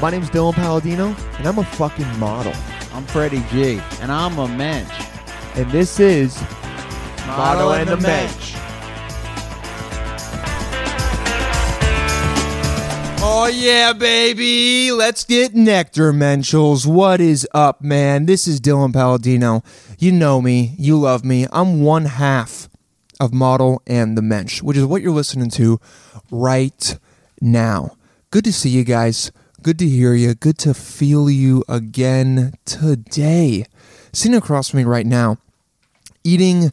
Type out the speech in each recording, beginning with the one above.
My name's Dylan Palladino, and I'm a fucking model. I'm Freddie G, and I'm a mensch. And this is Model and the Mensch. Oh yeah, baby! Let's get nectar, Menschels. What is up, man? This is Dylan Palladino. You know me. You love me. I'm one half of Model and the Mensch, which is what you're listening to right now. Good to see you guys. Good to hear you. Good to feel you again today. Sitting across from me right now eating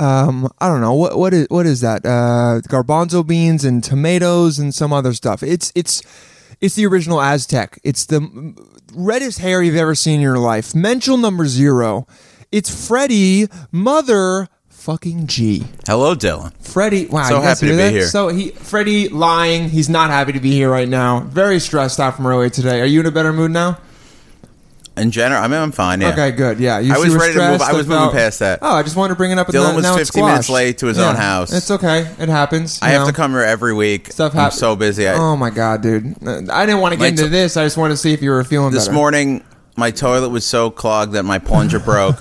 um I don't know what what is what is that uh garbanzo beans and tomatoes and some other stuff. It's it's it's the original Aztec. It's the m- reddest hair you've ever seen in your life. Mental number 0. It's Freddie mother fucking G. Hello, Dylan. Freddie, wow, So you guys happy hear to be that? here. So he Freddie lying, he's not happy to be here right now. Very stressed out from earlier today. Are you in a better mood now? In general, I mean, I'm fine. Yeah. Okay, good. Yeah, you I was were ready to move- stressed I was moving about- past that. Oh, I just wanted to bring it up. and Dylan now- was now it's 15 minutes squashed. late to his own house. It's okay. It happens. I you have know. to come here every week. Stuff I'm happens. so busy. I, oh my god, dude! Uh, I didn't want to get My into to- this. I just wanted to see if you were feeling this better. morning, my toilet was so clogged that my plunger broke.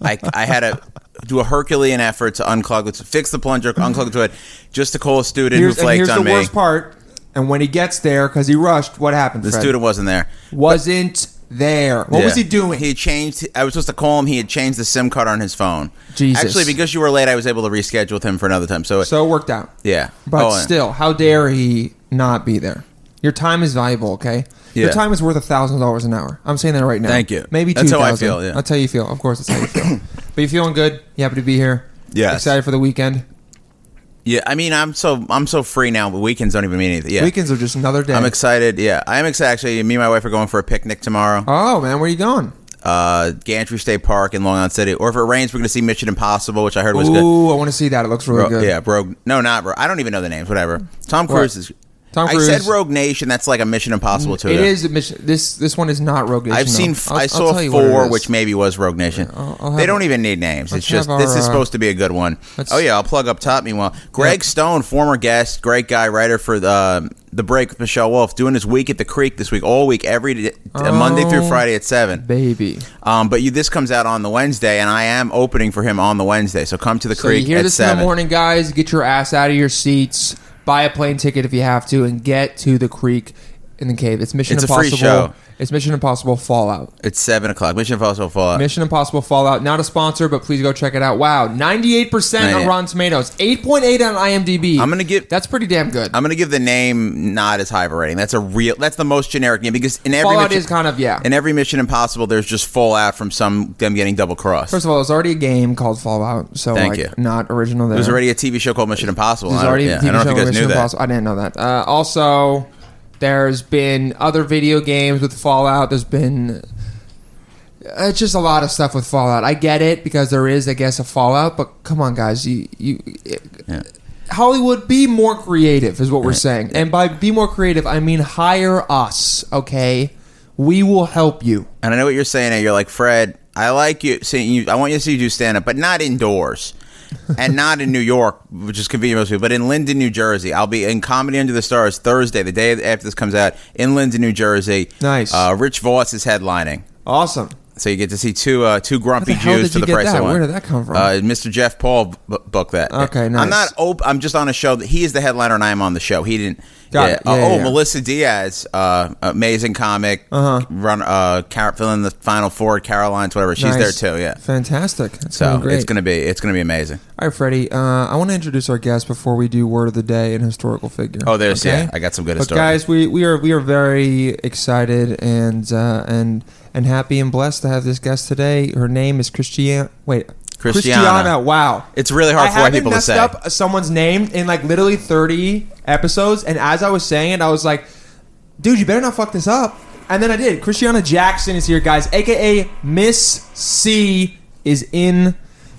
I, I had to do a Herculean effort to unclog it, to fix the plunger, unclog the toilet, just to call a student Here's, who and flaked here's the on me. worst part. And when he gets there, because he rushed, what happened? The Fred? student wasn't there. wasn't there. What was Yeah. he doing? He had changed. I was supposed to call him. He had changed the SIM card on his phone. Jesus. Actually, because you were late, I was able to reschedule with him for another time. So, so it worked out. yeah. But Oh, and- still, how dare he not be there? Your time is valuable, okay? Your Yeah. time is worth a thousand dollars an hour. I'm saying that right now. Thank you. Maybe two That's how I thousand. feel, yeah. That's how you feel. Of course, that's how you feel. but you feeling good? You happy to be here? Yes. Excited for the weekend? Yeah, I mean, I'm so I'm so free now. But weekends don't even mean anything. Yeah, Weekends are just another day. I'm excited. Yeah, I am excited. Actually, me and my wife are going for a picnic tomorrow. oh man, where are you going? Uh, Gantry State Park in Long Island City. Or if it rains, we're going to see Mission Impossible, which I heard was good. Ooh, I want to see that. It looks really Ro- good. Yeah, Rogue. No, not Rogue. I don't even know the names. Whatever. Tom Cruise is. Tom I said Cruise. Mm, Rogue Nation. That's like a Mission Impossible too. It is a mission. This this one is not Rogue Nation. I've seen. f- Though. I'll- I I'll saw tell you what it four, is. which maybe was Rogue Nation. I'll- I'll have they don't a- even need names. let's It's just have this our, is uh, supposed to be a good one. let's- Oh yeah, I'll plug up top. Meanwhile, Greg Stone, former guest, great guy, writer for the the break with Michelle Wolf, doing his week at the Creek this week, all week, every day, Oh. Monday through Friday at seven. baby. Um, but you, this comes out on the Wednesday, and I am opening for him on the Wednesday. So come to the So Creek you hear at this seven. in the morning, guys. Get your ass out of your seats. Buy a plane ticket if you have to, and get to the creek in the cave. It's Mission It's a Impossible. free show. It's Mission Impossible Fallout. It's seven o'clock. Mission Impossible Fallout. Mission Impossible Fallout. Not a sponsor, but please go check it out. Wow, ninety-eight percent on Ninety- Rotten Tomatoes, eight point eight on IMDb. I'm gonna give- That's pretty damn good. I'm gonna give the name not as high of a rating. That's a real. That's the most generic name because in every Fallout mission, is kind of- yeah. In every Mission Impossible, there's just Fallout from some them getting double crossed. First of all, there's already a game called Fallout, so Thank like, you. not original. There. There's already a TV show called Mission Impossible. There's I don't- already yeah, a TV I don't know show if you guys Mission knew that. Impossible. I didn't know that. Uh, also, there's been other video games with Fallout. There's been uh, it's just a lot of stuff with Fallout. I get it because there is, I guess, a Fallout. But come on, guys, you you. Yeah. Hollywood, be more creative, is what we're saying. And by be more creative, I mean hire us, okay? We will help you. And I know what you're saying. and You're like Fred. I like you seeing you. I want you to see you do stand up, but not indoors, and not in New York, which is convenient for most people. But in Linden, New Jersey, I'll be in Comedy Under the Stars Thursday, the day after this comes out, in Linden, New Jersey. Nice. Uh, Rich Voss is headlining. Awesome. So you get to see two uh, two grumpy Where the hell Jews did for you the get price that? of one. Where did that come from? Uh, Mr. Jeff Paul b- booked that. Okay, nice. I'm not. Op- I'm just on a show that he is the headliner and I am on the show. He didn't. Got it. Uh, Yeah, oh, yeah. Melissa Diaz, uh, amazing comic, Uh-huh. run uh, Car- filling the final four, Carolines, whatever. She's Nice. there too. Yeah. Fantastic. That's So gonna be great. it's gonna be it's gonna be amazing. All right, Freddie. Uh, I want to introduce our guest before we do word of the day and historical figure. Oh, there's- yeah, I got some good But historical. guys, we, we are we are very excited and uh, and and happy and blessed to have this guest today. Her name is Christian. Wait, Christiana. Wow, It's really hard I for white haven't people to messed say. up someone's name in like literally thirty episodes, and as I was saying it, I was like, dude, you better not fuck this up. And then I did. Christiana Jackson is here, guys, aka Miss C is in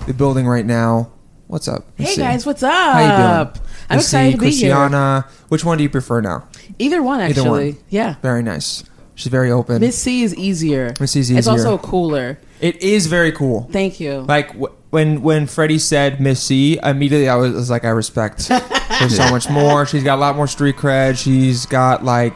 the building right now. What's up? Miss Hey C? guys, what's up? How you doing? I'm Miss C, excited to be Christiana, which one do you prefer now? here. Either one, Either actually. one. Yeah. Very nice. She's very open. Miss C is easier. Miss C is It's easier. also cooler. it is very cool. Thank you. Like wh- when when Freddie said Miss C, immediately I was, was like, I respect her so much more. She's got a lot more street cred. She's got like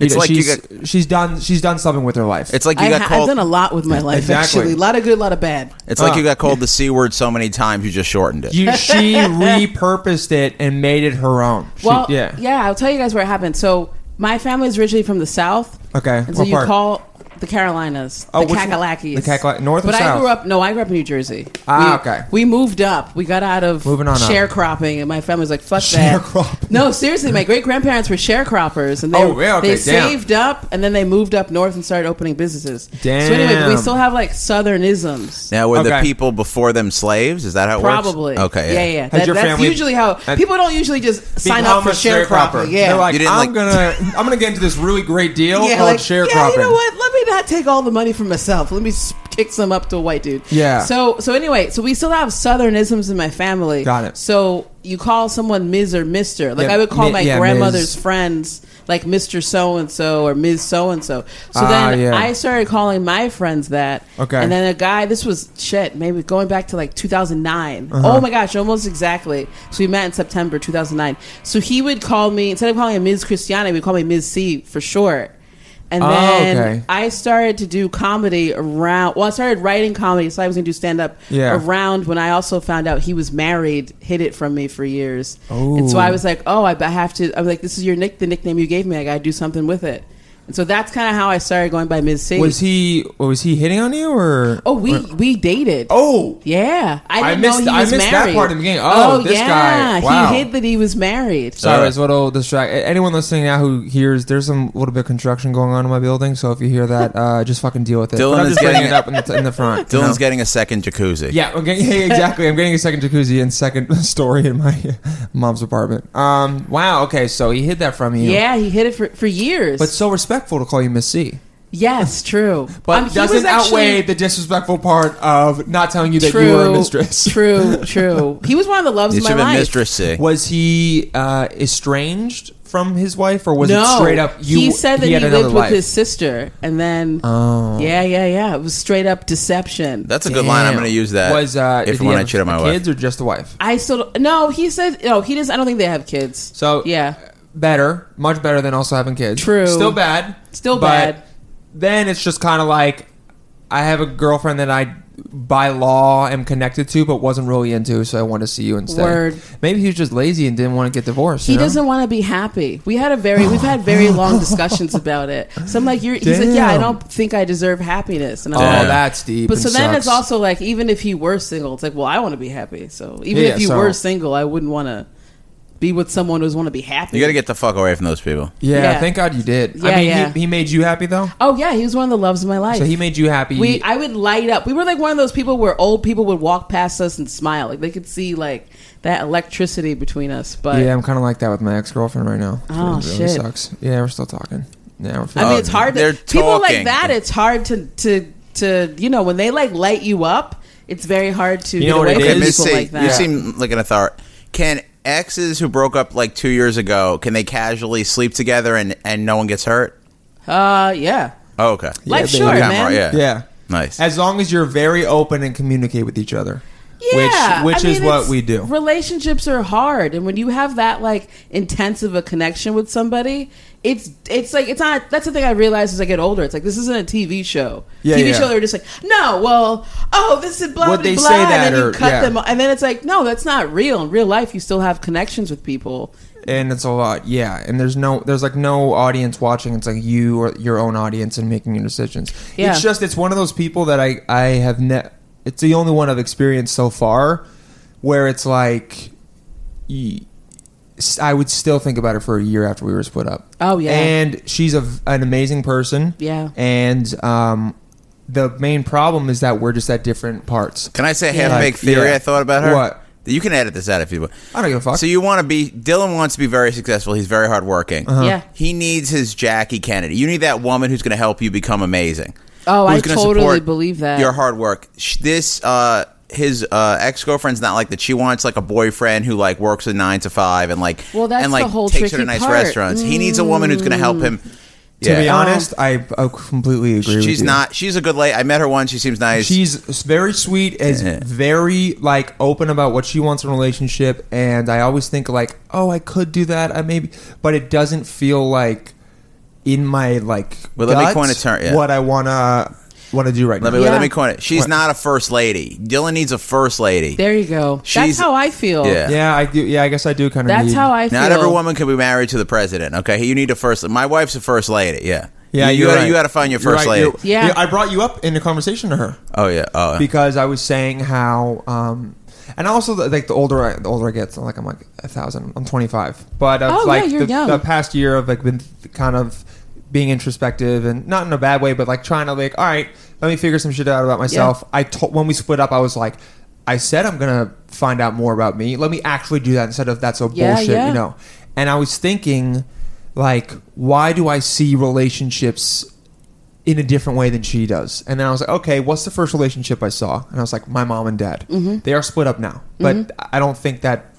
It's know, like you she's she's done she's done something with her life. It's like you I got ha- I've called. done a lot with my life, Exactly. actually. A lot of good, a lot of bad. it's like Ah. you got called the c word so many times you just shortened it. you, she repurposed it and made it her own. She- Well, yeah, yeah. I'll tell you guys where it happened. So my family is originally from the South. Okay, And so what you part? call the Carolinas, Oh, the which one? Kakalakis. The Kakalak- north or But I south? grew up, no, I grew up in New Jersey. Ah, We- okay. We moved up. We got out of Moving on up. sharecropping, and my family's like, fuck that. Sharecropping. No, seriously, my great grandparents were sharecroppers, and they, Oh, yeah, okay, they damn. saved up, and then they moved up north and started opening businesses. So anyway, but we Damn. still have like Southernisms. Now were the Okay. people before them slaves? Is that how it Probably. works? Okay. Yeah, yeah. Has That- your that's family- usually how Had- people don't usually just sign up for Become a sharecropping. Yeah. They're like, You didn't, I'm like- gonna I'm gonna get into this really great deal yeah, called like, sharecropping. yeah, you know what? Let me not take all the money for myself. Let me s- kick some up to a white dude. Yeah. So so anyway, so we still have southernisms in my family. Got it. So you call someone Ms. or Mister. Like Yeah, I would call mi- my yeah, Ms. grandmother's friends like Mr. So and so or Ms. So and so. So Ah, then yeah. I started calling my friends that. Okay. And then a guy, this was shit, maybe going back to like 2009. Uh-huh. Oh my gosh, almost exactly. So we met in September 2009. So he would call me, instead of calling him Ms. Christiana, he would call me Ms. C for short. And Oh, then okay. I started to do comedy around, well, I started writing comedy, so I was going to do stand up Yeah. around when I also found out he was married, hid it from me for years. And so I Oh. was like, oh, I I have to, I was like, this is your nick, the nickname you gave me. I got to do something with it. And so that's kind of how I started going by Ms. C. Was he was he hitting on you or Oh, we we dated. Oh yeah, I I didn't missed- know he I was missed that married. part in the beginning. Oh, this guy. Wow. he hid that he was married. Sorry, Uh, it's a little distract. Anyone listening now who hears, there's some little bit of construction going on in my building. So if you hear that, uh, just fucking deal with it. Dylan But I'm is just bringing getting- it up in the, in the front. you Dylan's know? getting a second jacuzzi. Yeah, I'm getting, yeah, exactly. I'm getting a second jacuzzi and second story in my mom's apartment. Um, wow. Okay, so he hid that from you. yeah, he hid it for, for years. But so respectful to call you Miss C. yes, true. But Um, he was doesn't actually- outweigh the disrespectful part of not telling you that you were a mistress. True, true. He was one of the loves You of should have my been life. mistress C. Was he uh, estranged from his wife, or was no, it straight up? You, he said that he, had another lived life? with his sister, and then Oh. yeah, yeah, yeah. It was straight up deception. That's a good line. I'm Damn. going to use that. Was uh, if did he when I have cheat on my the wife. kids or just the wife? I still don't- no. He said no. He doesn't. I don't think they have kids. So yeah, better, much better than also having kids. True. still bad, Still but bad. Then it's just kind of like I have a girlfriend that I by law am connected to, but wasn't really into, so I want to see you instead. Word. Maybe he was just lazy and didn't want to get divorced. He you know? doesn't want to be happy. We had a very we've had very long discussions about it. So I'm like, you're, he's like, yeah, I Damn. don't think I deserve happiness. And I'm Oh, like, that's deep. but and so then sucks. it's also like, even if he were single, it's like, well, I want to be happy. So even Yeah, if you so- were single, I wouldn't want to be with someone who's want to be happy. You got to get the fuck away from those people. yeah, yeah. Thank God you did. I Yeah, mean, yeah. He, he made you happy though. Oh yeah, he was one of the loves of my life. So he made you happy. we I would light up. We were like one of those people where old people would walk past us and smile, like they could see like that electricity between us. But yeah, I'm kind of like that with my ex girlfriend right now. Oh, it really shit. sucks. Yeah, we're still talking. Yeah, we're. I mean, Oh, it's hard. they're To, people talking. like that, it's hard to to to you know when they like light you up, it's very hard to You get know what away it from is? Okay, Miss people C, like that. you seem like an authority. Can exes who broke up like two years ago can they casually sleep together and and no one gets hurt? Uh, yeah. Oh, okay. Life's they- short, Okay, I'm man. right, yeah. yeah. Nice. As long as you're very open and communicate with each other. Yeah, Which, which I is mean, what it's- we do. Relationships are hard, and when you have that like intense of a connection with somebody, it's it's like it's not. That's the thing I realized as I get older. It's like this isn't a TV show. Yeah, TV yeah. show, they're just like, no, well, oh, this is blah Would blah they blah, say and that then you or- cut yeah. them, and then it's like, no, that's not real. In real life, you still have connections with people. and it's a lot. Yeah. And there's no there's like no audience watching. It's like you or your own audience and making your decisions. Yeah. It's just it's one of those people that I I have ne- it's the only one I've experienced so far where it's like y- I would still think about her for a year after we were split up. Oh, yeah. and she's a, an amazing person. Yeah. and um, the main problem is that we're just at different parts. Can I say a Yeah. half baked Like, theory yeah. I thought about her? What? You can edit this out if you want. I don't give a fuck. So you want to be Dylan wants to be very successful. He's very hardworking. Uh-huh. Yeah. He needs his Jackie Kennedy. You need that woman who's going to help you become amazing. Oh, Who's I gonna totally support believe that. Your hard work. Sh- This uh his uh ex girlfriend's not like that. She wants like a boyfriend who like works a nine to five and like Well, that's and like the whole takes her to tricky nice part. Mm. restaurants. He needs a woman who's going to help him. to be Yeah. honest, I, I completely agree. with she's you. not. She's a good lady. I met her once. She seems nice. She's very sweet, is Yeah. very like open about what she wants in a relationship, and I always think like, oh, I could do that, I maybe, but it doesn't feel like in my like Well, let me guts coin a term, yeah. what I wanna wanna do right Let now. me Yeah. let me coin it. She's What? not a first lady. Dylan needs a first lady. There you go. She's- That's how I feel. Yeah. yeah, I do. Yeah, I guess I do kind of. That's how I feel. Not every woman can be married to the president. Okay, you need a first. My wife's a first lady. Yeah. Yeah, You, you're gotta, right. you gotta find your You're first right, lady. you- Yeah. I brought you up in a conversation to her Oh yeah. Oh. because I was saying how, um, and also the- like the older I, the older I get, so like I'm like a thousand. I'm 25, but uh, Oh, yeah, like you're the, young. the past year I've like been th- kind of being introspective and not in a bad way, but like trying to like, all right, let me figure some shit out about myself. I told when we split up, I was like. I said I'm gonna find out more about me. Let me actually do that instead of that's a Yeah, bullshit, yeah. you know. And I was thinking, like, why do I see relationships in a different way than she does? And then I was like, okay, what's the first relationship I saw? And I was like, my mom and dad. They are split up now, but I don't think that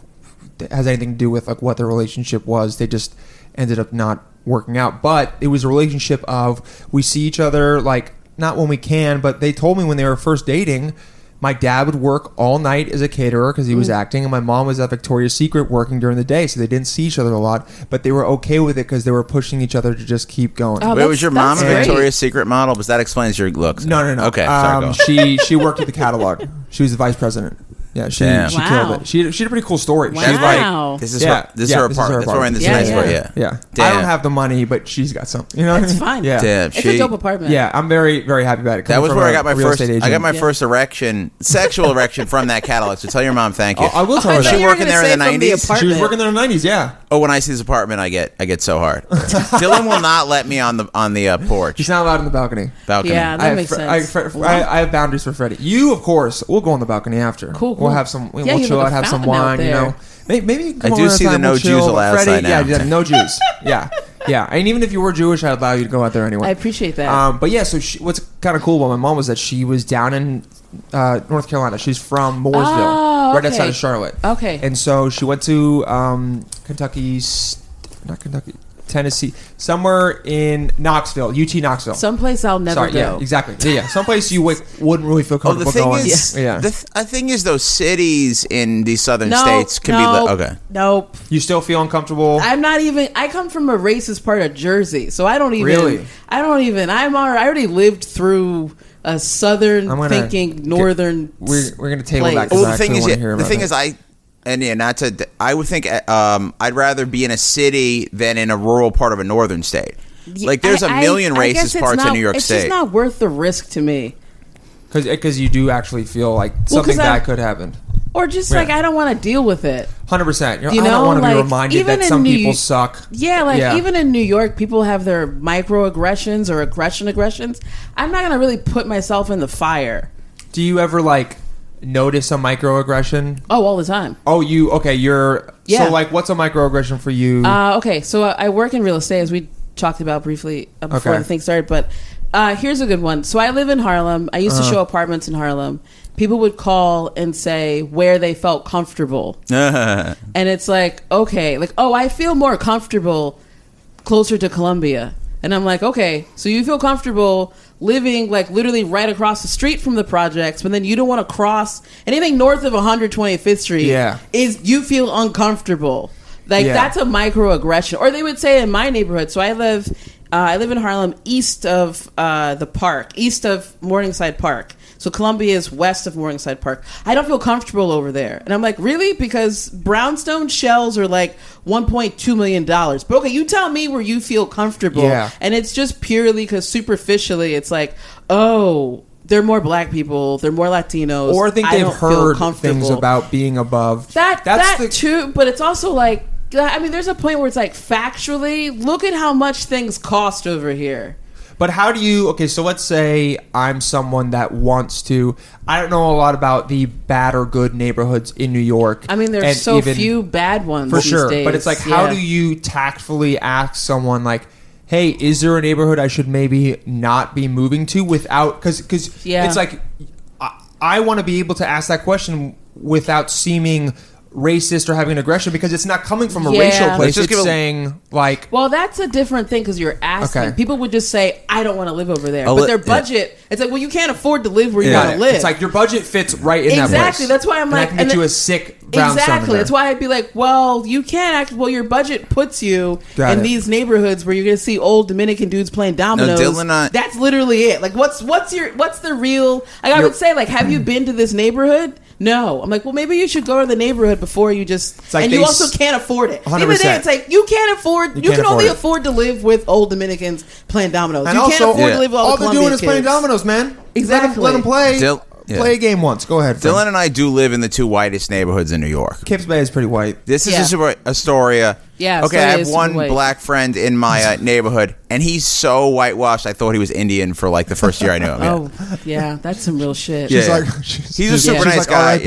has anything to do with like what their relationship was. They just ended up not working out. But it was a relationship of we see each other like not when we can, but they told me when they were first dating, my dad would work all night as a caterer because he was acting, and my mom was at Victoria's Secret working during the day, so they didn't see each other a lot. But they were okay with it because they were pushing each other to just keep going. Oh, Wait, that's- was your mom a that's great. Victoria's Secret model? Because that explains your looks. No, no, no. Okay, sorry. go. Um, she she worked at the catalog. She was the vice president. Yeah, she Damn. she Wow. killed it. She she had a pretty cool story. She was That's like, Wow. This is Yeah, her. This yeah, is her this is her apartment. That's where we're in this Yeah, nice yeah. part. Yeah. Yeah. I Damn. don't have the money, but she's got some. You know, what I That's mean? fine. Yeah. Damn, It's she- a dope apartment. Yeah, I'm very, very happy about it. That Coming was from where I a got my real first. estate I got agent. my first erection, sexual erection from that catalog. So tell your mom thank you. Oh, I- I will tell I her thought she you that. were working gonna there in say the from the She 90s? was apartment. working in the '90s. Yeah, Oh, when I see this apartment, I get I get so hard. Dylan will not let me on the on the uh, porch she's not allowed on the balcony. balcony. Yeah. That I have makes fr- sense. I, fr- fr- Wow. I, I have boundaries for Freddie. You, of course, we'll go on the balcony after. Cool, We'll cool. have some. We'll Yeah, you chill have out, a have some fountain out wine. You there. know, maybe. maybe you can I come do over see sometime, the no we'll chill, Jews allowed sign Freddie, yeah, out. yeah, no Jews. Yeah, yeah. And even if you were Jewish, I'd allow you to go out there anyway. I appreciate that. Um, but yeah, so she, what's kind of cool about my mom was that she was down in uh, North Carolina. She's from Mooresville, Oh, right okay. outside of Charlotte. Okay. And so she went to um, Kentucky, s- not Kentucky, Tennessee, somewhere in Knoxville, UT Knoxville. Someplace I'll never Sorry, go. yeah, exactly. Yeah, yeah. someplace you like, wouldn't really feel Oh, the comfortable thing going. is, yeah. the th- I think is those cities in these southern No, states can no, be li- okay. Nope. you still feel uncomfortable. I'm not even. I come from a racist part of Jersey, so I don't even. Really? I don't even. I'm already. I already lived through a southern I'm gonna thinking get- northern. we're- we're gonna table place. that 'cause Well, I the thing actually is, wanna yeah, hear the about thing that. is, I and yeah, not to. I would think uh, um, I'd rather be in a city than in a rural part of a northern state. Like there's a I- I- million I guess racist it's parts not- in New York it's State. just not worth the risk to me. Because you do actually feel like Well, 'cause something bad I'm- could happen. Or just Yeah. like I don't want to deal with it. Hundred percent. You know, You I know, don't want to be like, reminded even that in some New- people suck. Yeah, like even in New York, people have their microaggressions or aggression aggressions. I'm not gonna really put myself in the fire. Do you ever like notice a microaggression? Oh, all the time. Oh, you okay? You're Yeah. so like, what's a microaggression for you? Uh, okay, so uh, I work in real estate, as we talked about briefly uh, before Okay. the thing started. But uh, here's a good one. So I live in Harlem. I used to show apartments in Harlem. People would call and say where they felt comfortable, and it's like, okay, like oh, I feel more comfortable closer to Columbia, and I'm like, okay, so you feel comfortable living like literally right across the street from the projects, but then you don't want to cross anything north of 125th Street. Yeah. is you feel uncomfortable. Like Yeah. that's a microaggression, or they would say in my neighborhood. So I live, uh, I live in Harlem, east of uh, the park, east of Morningside Park. So Columbia is west of Morningside Park. I don't feel comfortable over there, and I'm like, really? Because brownstone shells are like 1.2 million dollars. But okay, you tell me where you feel comfortable, Yeah. and it's just purely because superficially, it's like, oh. They're more black people. They're more Latinos. or think I they've don't feel heard things comfortable about being above. that that's that the too but it's also like i mean there's a point where it's like factually look at how much things cost over here But how do you? Okay, so let's say I'm someone that wants to. I don't know a lot about the bad or good neighborhoods in New York. i mean there's and so even- few bad ones for these sure. days. But it's like, how Yeah. do you tactfully ask someone like? Hey, is there a neighborhood I should maybe not be moving to without? Because because Yeah. it's like I, I want to be able to ask that question without seeming racist or having an aggression because it's not coming from a Yeah. racial Let's place. just it's give a- saying like Well, that's a different thing because you're asking. Okay. People would just say, "I don't want to live over there," Oh, but li- their yeah. budget. It's like, well, you can't afford to live where you Yeah. want it. to live. It's like your budget fits right in that place. exactly. That's why I'm And like, I can get and you the- a sick brown Exactly. Southerner. That's why I'd be like, well, you can't act. Well, your budget puts you Got in it. these neighborhoods where you're gonna see old Dominican dudes playing dominoes. Dylan, I- That's literally it. Like, what's what's your what's the real? Like, I You're- would say, like, have you been to this neighborhood? No. I'm like, well, maybe you should go to the neighborhood before you just. like and they you also s- can't afford it. Even then, 100%. it's like you can't afford. You, can't can only afford afford to live with old Dominicans playing dominoes. and you also, can't afford Yeah. to live with all, all, the they're doing Colombian is playing kids. dominoes, man. Exactly. Let them, play. Dil- yeah. Play a game once. Go ahead. Dylan. Dylan and I do live in the two whitest neighborhoods in New York. Kips Bay is pretty white. This is Yeah. just about Astoria. Yeah, uh, Okay, I Astoria have is one white. black friend in my uh, neighborhood, and he's so whitewashed. I thought he was Indian for like the first year I knew him. yeah. Oh, yeah, that's some real shit. Yeah. She's like, she's, He's a super she's nice like, guy, RIP,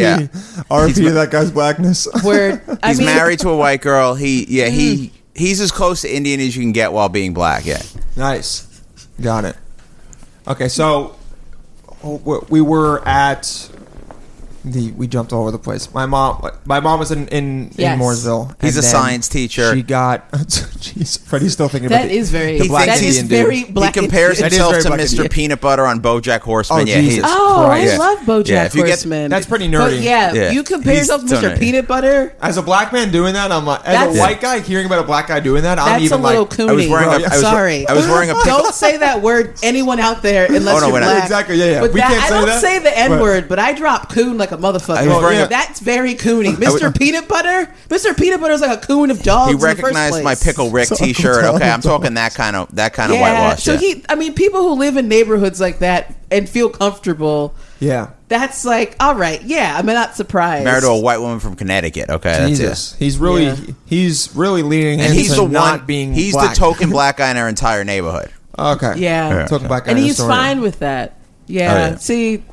yeah. RIP He's- that guy's blackness. Word. I He's mean- Mm. married to a white girl. He yeah he he's as close to Indian as you can get while being black. Yeah. nice. Got it. Okay, so oh, w- we were at the we jumped all over the place. My mom my mom was in in, Yes. in Mooresville. He's and a then science teacher. She got jeez, Freddie's still thinking That about the- is very. the black that is Indian dude. very black. he compares That is himself very to black Mr. Indian. Peanut Butter on BoJack Horseman. Oh, yeah, he's, Jesus. Oh, Christ. I love BoJack Yeah, if you get- Horseman. That's pretty But nerdy. yeah, Yeah. you compare He's yourself to done Mr. it. Peanut Butter. as a black man doing that, I'm like as That's- a white guy hearing about a black guy doing that, I'm That's even a little like coony. I was wearing a- I was- Oh, Sorry, I was wearing a pink- Don't say that word. Anyone out there, unless Oh, no, you're we're not. black. Exactly, yeah, yeah. But We that, can't I say don't that. say the N Right. word, but I drop coon like a motherfucker. was wearing a- That's very coony. Mr. was- Peanut Butter. Mr. Peanut Butter is like a coon of dogs. he in the first recognized my place. pickle Rick T-shirt. Okay, I'm talking that kind of that kind of whitewash. So yeah. he, I mean, people who live in neighborhoods like that and feel comfortable. Yeah. That's like, all right, yeah, I'm not surprised. married to a white woman from Connecticut. Okay, that's Jesus. it. He's really Yeah. he's really leaning And into he's the not one. being he's black. the token black guy in our entire neighborhood. Okay. Yeah. Talking black guy and in he's Astoria. fine with that. Yeah. Oh, yeah. See,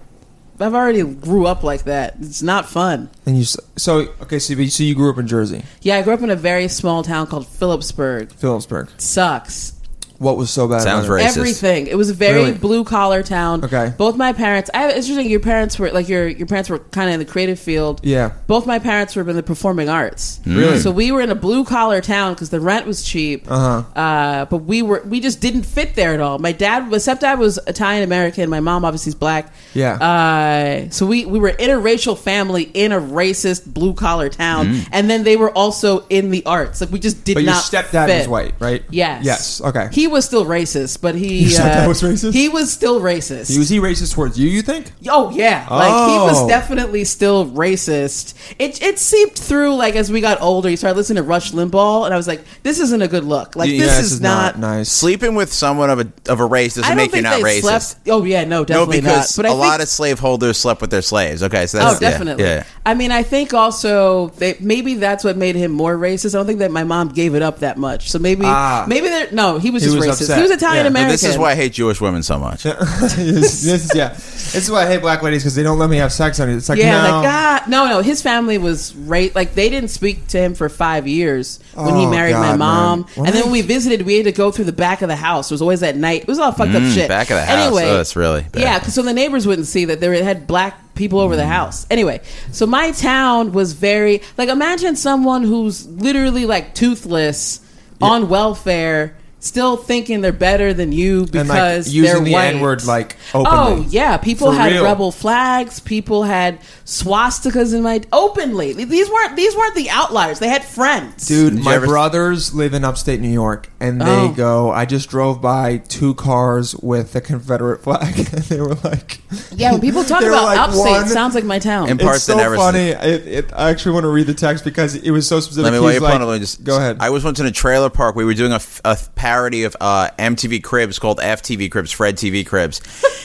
I've already grew up like that. It's not fun. And you s- so okay, so you, so you grew up in Jersey, Yeah, I grew up in a very small town called Phillipsburg. Phillipsburg. Sucks. What was so bad? Sounds about it? right. Racist. Everything. It was a very Really? blue collar town. Okay. Both my parents. I, it's interesting. Your parents were like your your parents were kind of in the creative field. Yeah. Mm. Both my parents were in the performing arts. Really? So we were in a blue collar town because the rent was cheap. Uh-huh. Uh, But we were we just didn't fit there at all. My dad, my stepdad was Italian American. My mom obviously is black. Yeah. Uh, so we we were interracial family in a racist blue collar town, and then they were also in the arts. Like we just did Mm. But your not. stepdad fit. was white, right? Yes. Yes. Okay. He was still racist, but he Your stepdad uh, was racist? He was still racist. was he racist towards you? You think? Oh yeah, like he Oh. was definitely still racist. It it seeped through like as we got older. You started listening to Rush Limbaugh, and I was like, "This isn't a good look. Like Yeah, this, Yeah, is, not." nice. Sleeping with someone of a of a race doesn't I don't make you think not they racist. slept. Oh yeah, no, no, definitely because not. But I a think, lot of slaveholders slept with their slaves. Okay, so that's oh definitely. Yeah, yeah. I mean, I think also they, maybe that's what made him more racist. I don't think that my mom gave it up that much. So maybe Ah. maybe there no, he was He just was racist. upset. He was Yeah. Italian No, American. This is why I hate Jewish women so much. this, this is yeah. This is why I hate black ladies because they don't let me have sex on it. It's like Yeah, no. like ah. God, no, no. His family was right. Like they didn't speak to him for five years when he Oh, married my God, mom. man. And then What? when we visited, we had to go through the back of the house. It was always at night. It was all fucked up shit. Mm, back of the house. Anyway, Oh, that's really bad. Mm. yeah. 'cause So the neighbors wouldn't see that they had black people over the house. Anyway, so my town was very like imagine someone who's literally like toothless on welfare. Still thinking they're better than you because And like they're using the white. N word like openly. Oh yeah, people For had real. rebel flags. People had swastikas in my openly. These weren't these weren't the outliers. They had friends. Dude, Did you my ever- brothers live in upstate New York, and they Oh. go. I just drove by two cars with the Confederate flag, and they were like, Yeah, when people talk They were about like, upstate, one- it sounds like my town. And- "It's Parts that so never- funny." It, it, I actually want to read the text because it was so specific. Let me He while was you're like- pulling up, let me just go ahead. I was once in a trailer park. We were doing a, f- a th- parody of uh, MTV Cribs called FTV Cribs, Fred TV Cribs,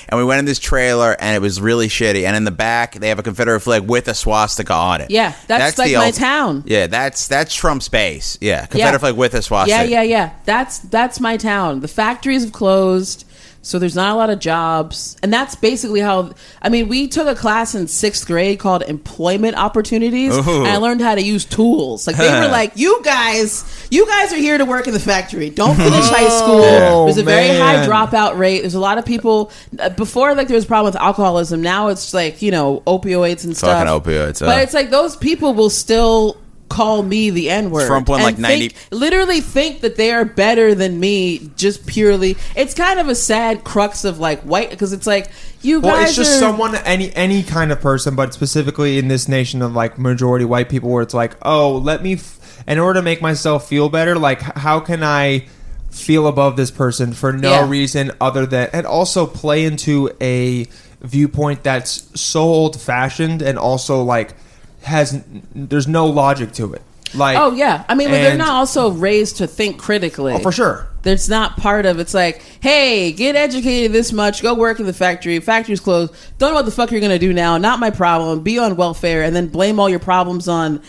and we went in this trailer and it was really shitty. And in the back, they have a Confederate flag with a swastika on it. Yeah, that's like the my town. Yeah, that's that's Trump's base. Yeah, Yeah. Confederate flag with a swastika. Yeah, yeah, yeah. That's that's my town. The factories have closed. So there's not a lot of jobs. And that's basically how I mean, we took a class in sixth grade called Employment Opportunities. Ooh. And I learned how to use tools. Like they were like, You guys you guys are here to work in the factory. Don't finish high school. Oh, There's a very high man. dropout rate. There's a lot of people uh, before like there was a problem with alcoholism. Now it's like, you know, opioids and Fucking stuff. opioids, uh. But it's like those people will still call me the N word. Trump won, and like, 90 think- literally think that they are better than me just purely it's kind of a sad crux of like white because it's like you Well, guys it's just are, someone, any any kind of person, but specifically in this nation of like majority white people, where it's like, oh, let me, f- in order to make myself feel better, like h- how can I feel above this person for no Yeah. reason other than, and also play into a viewpoint that's so old fashioned and also like has n- there's no logic to it. Like, oh yeah i mean but they're and- not also raised to think critically Oh, for sure. that's not part of it's like hey get educated this much go work in the factory factory's closed don't know what the fuck you're gonna do now not my problem be on welfare and then blame all your problems on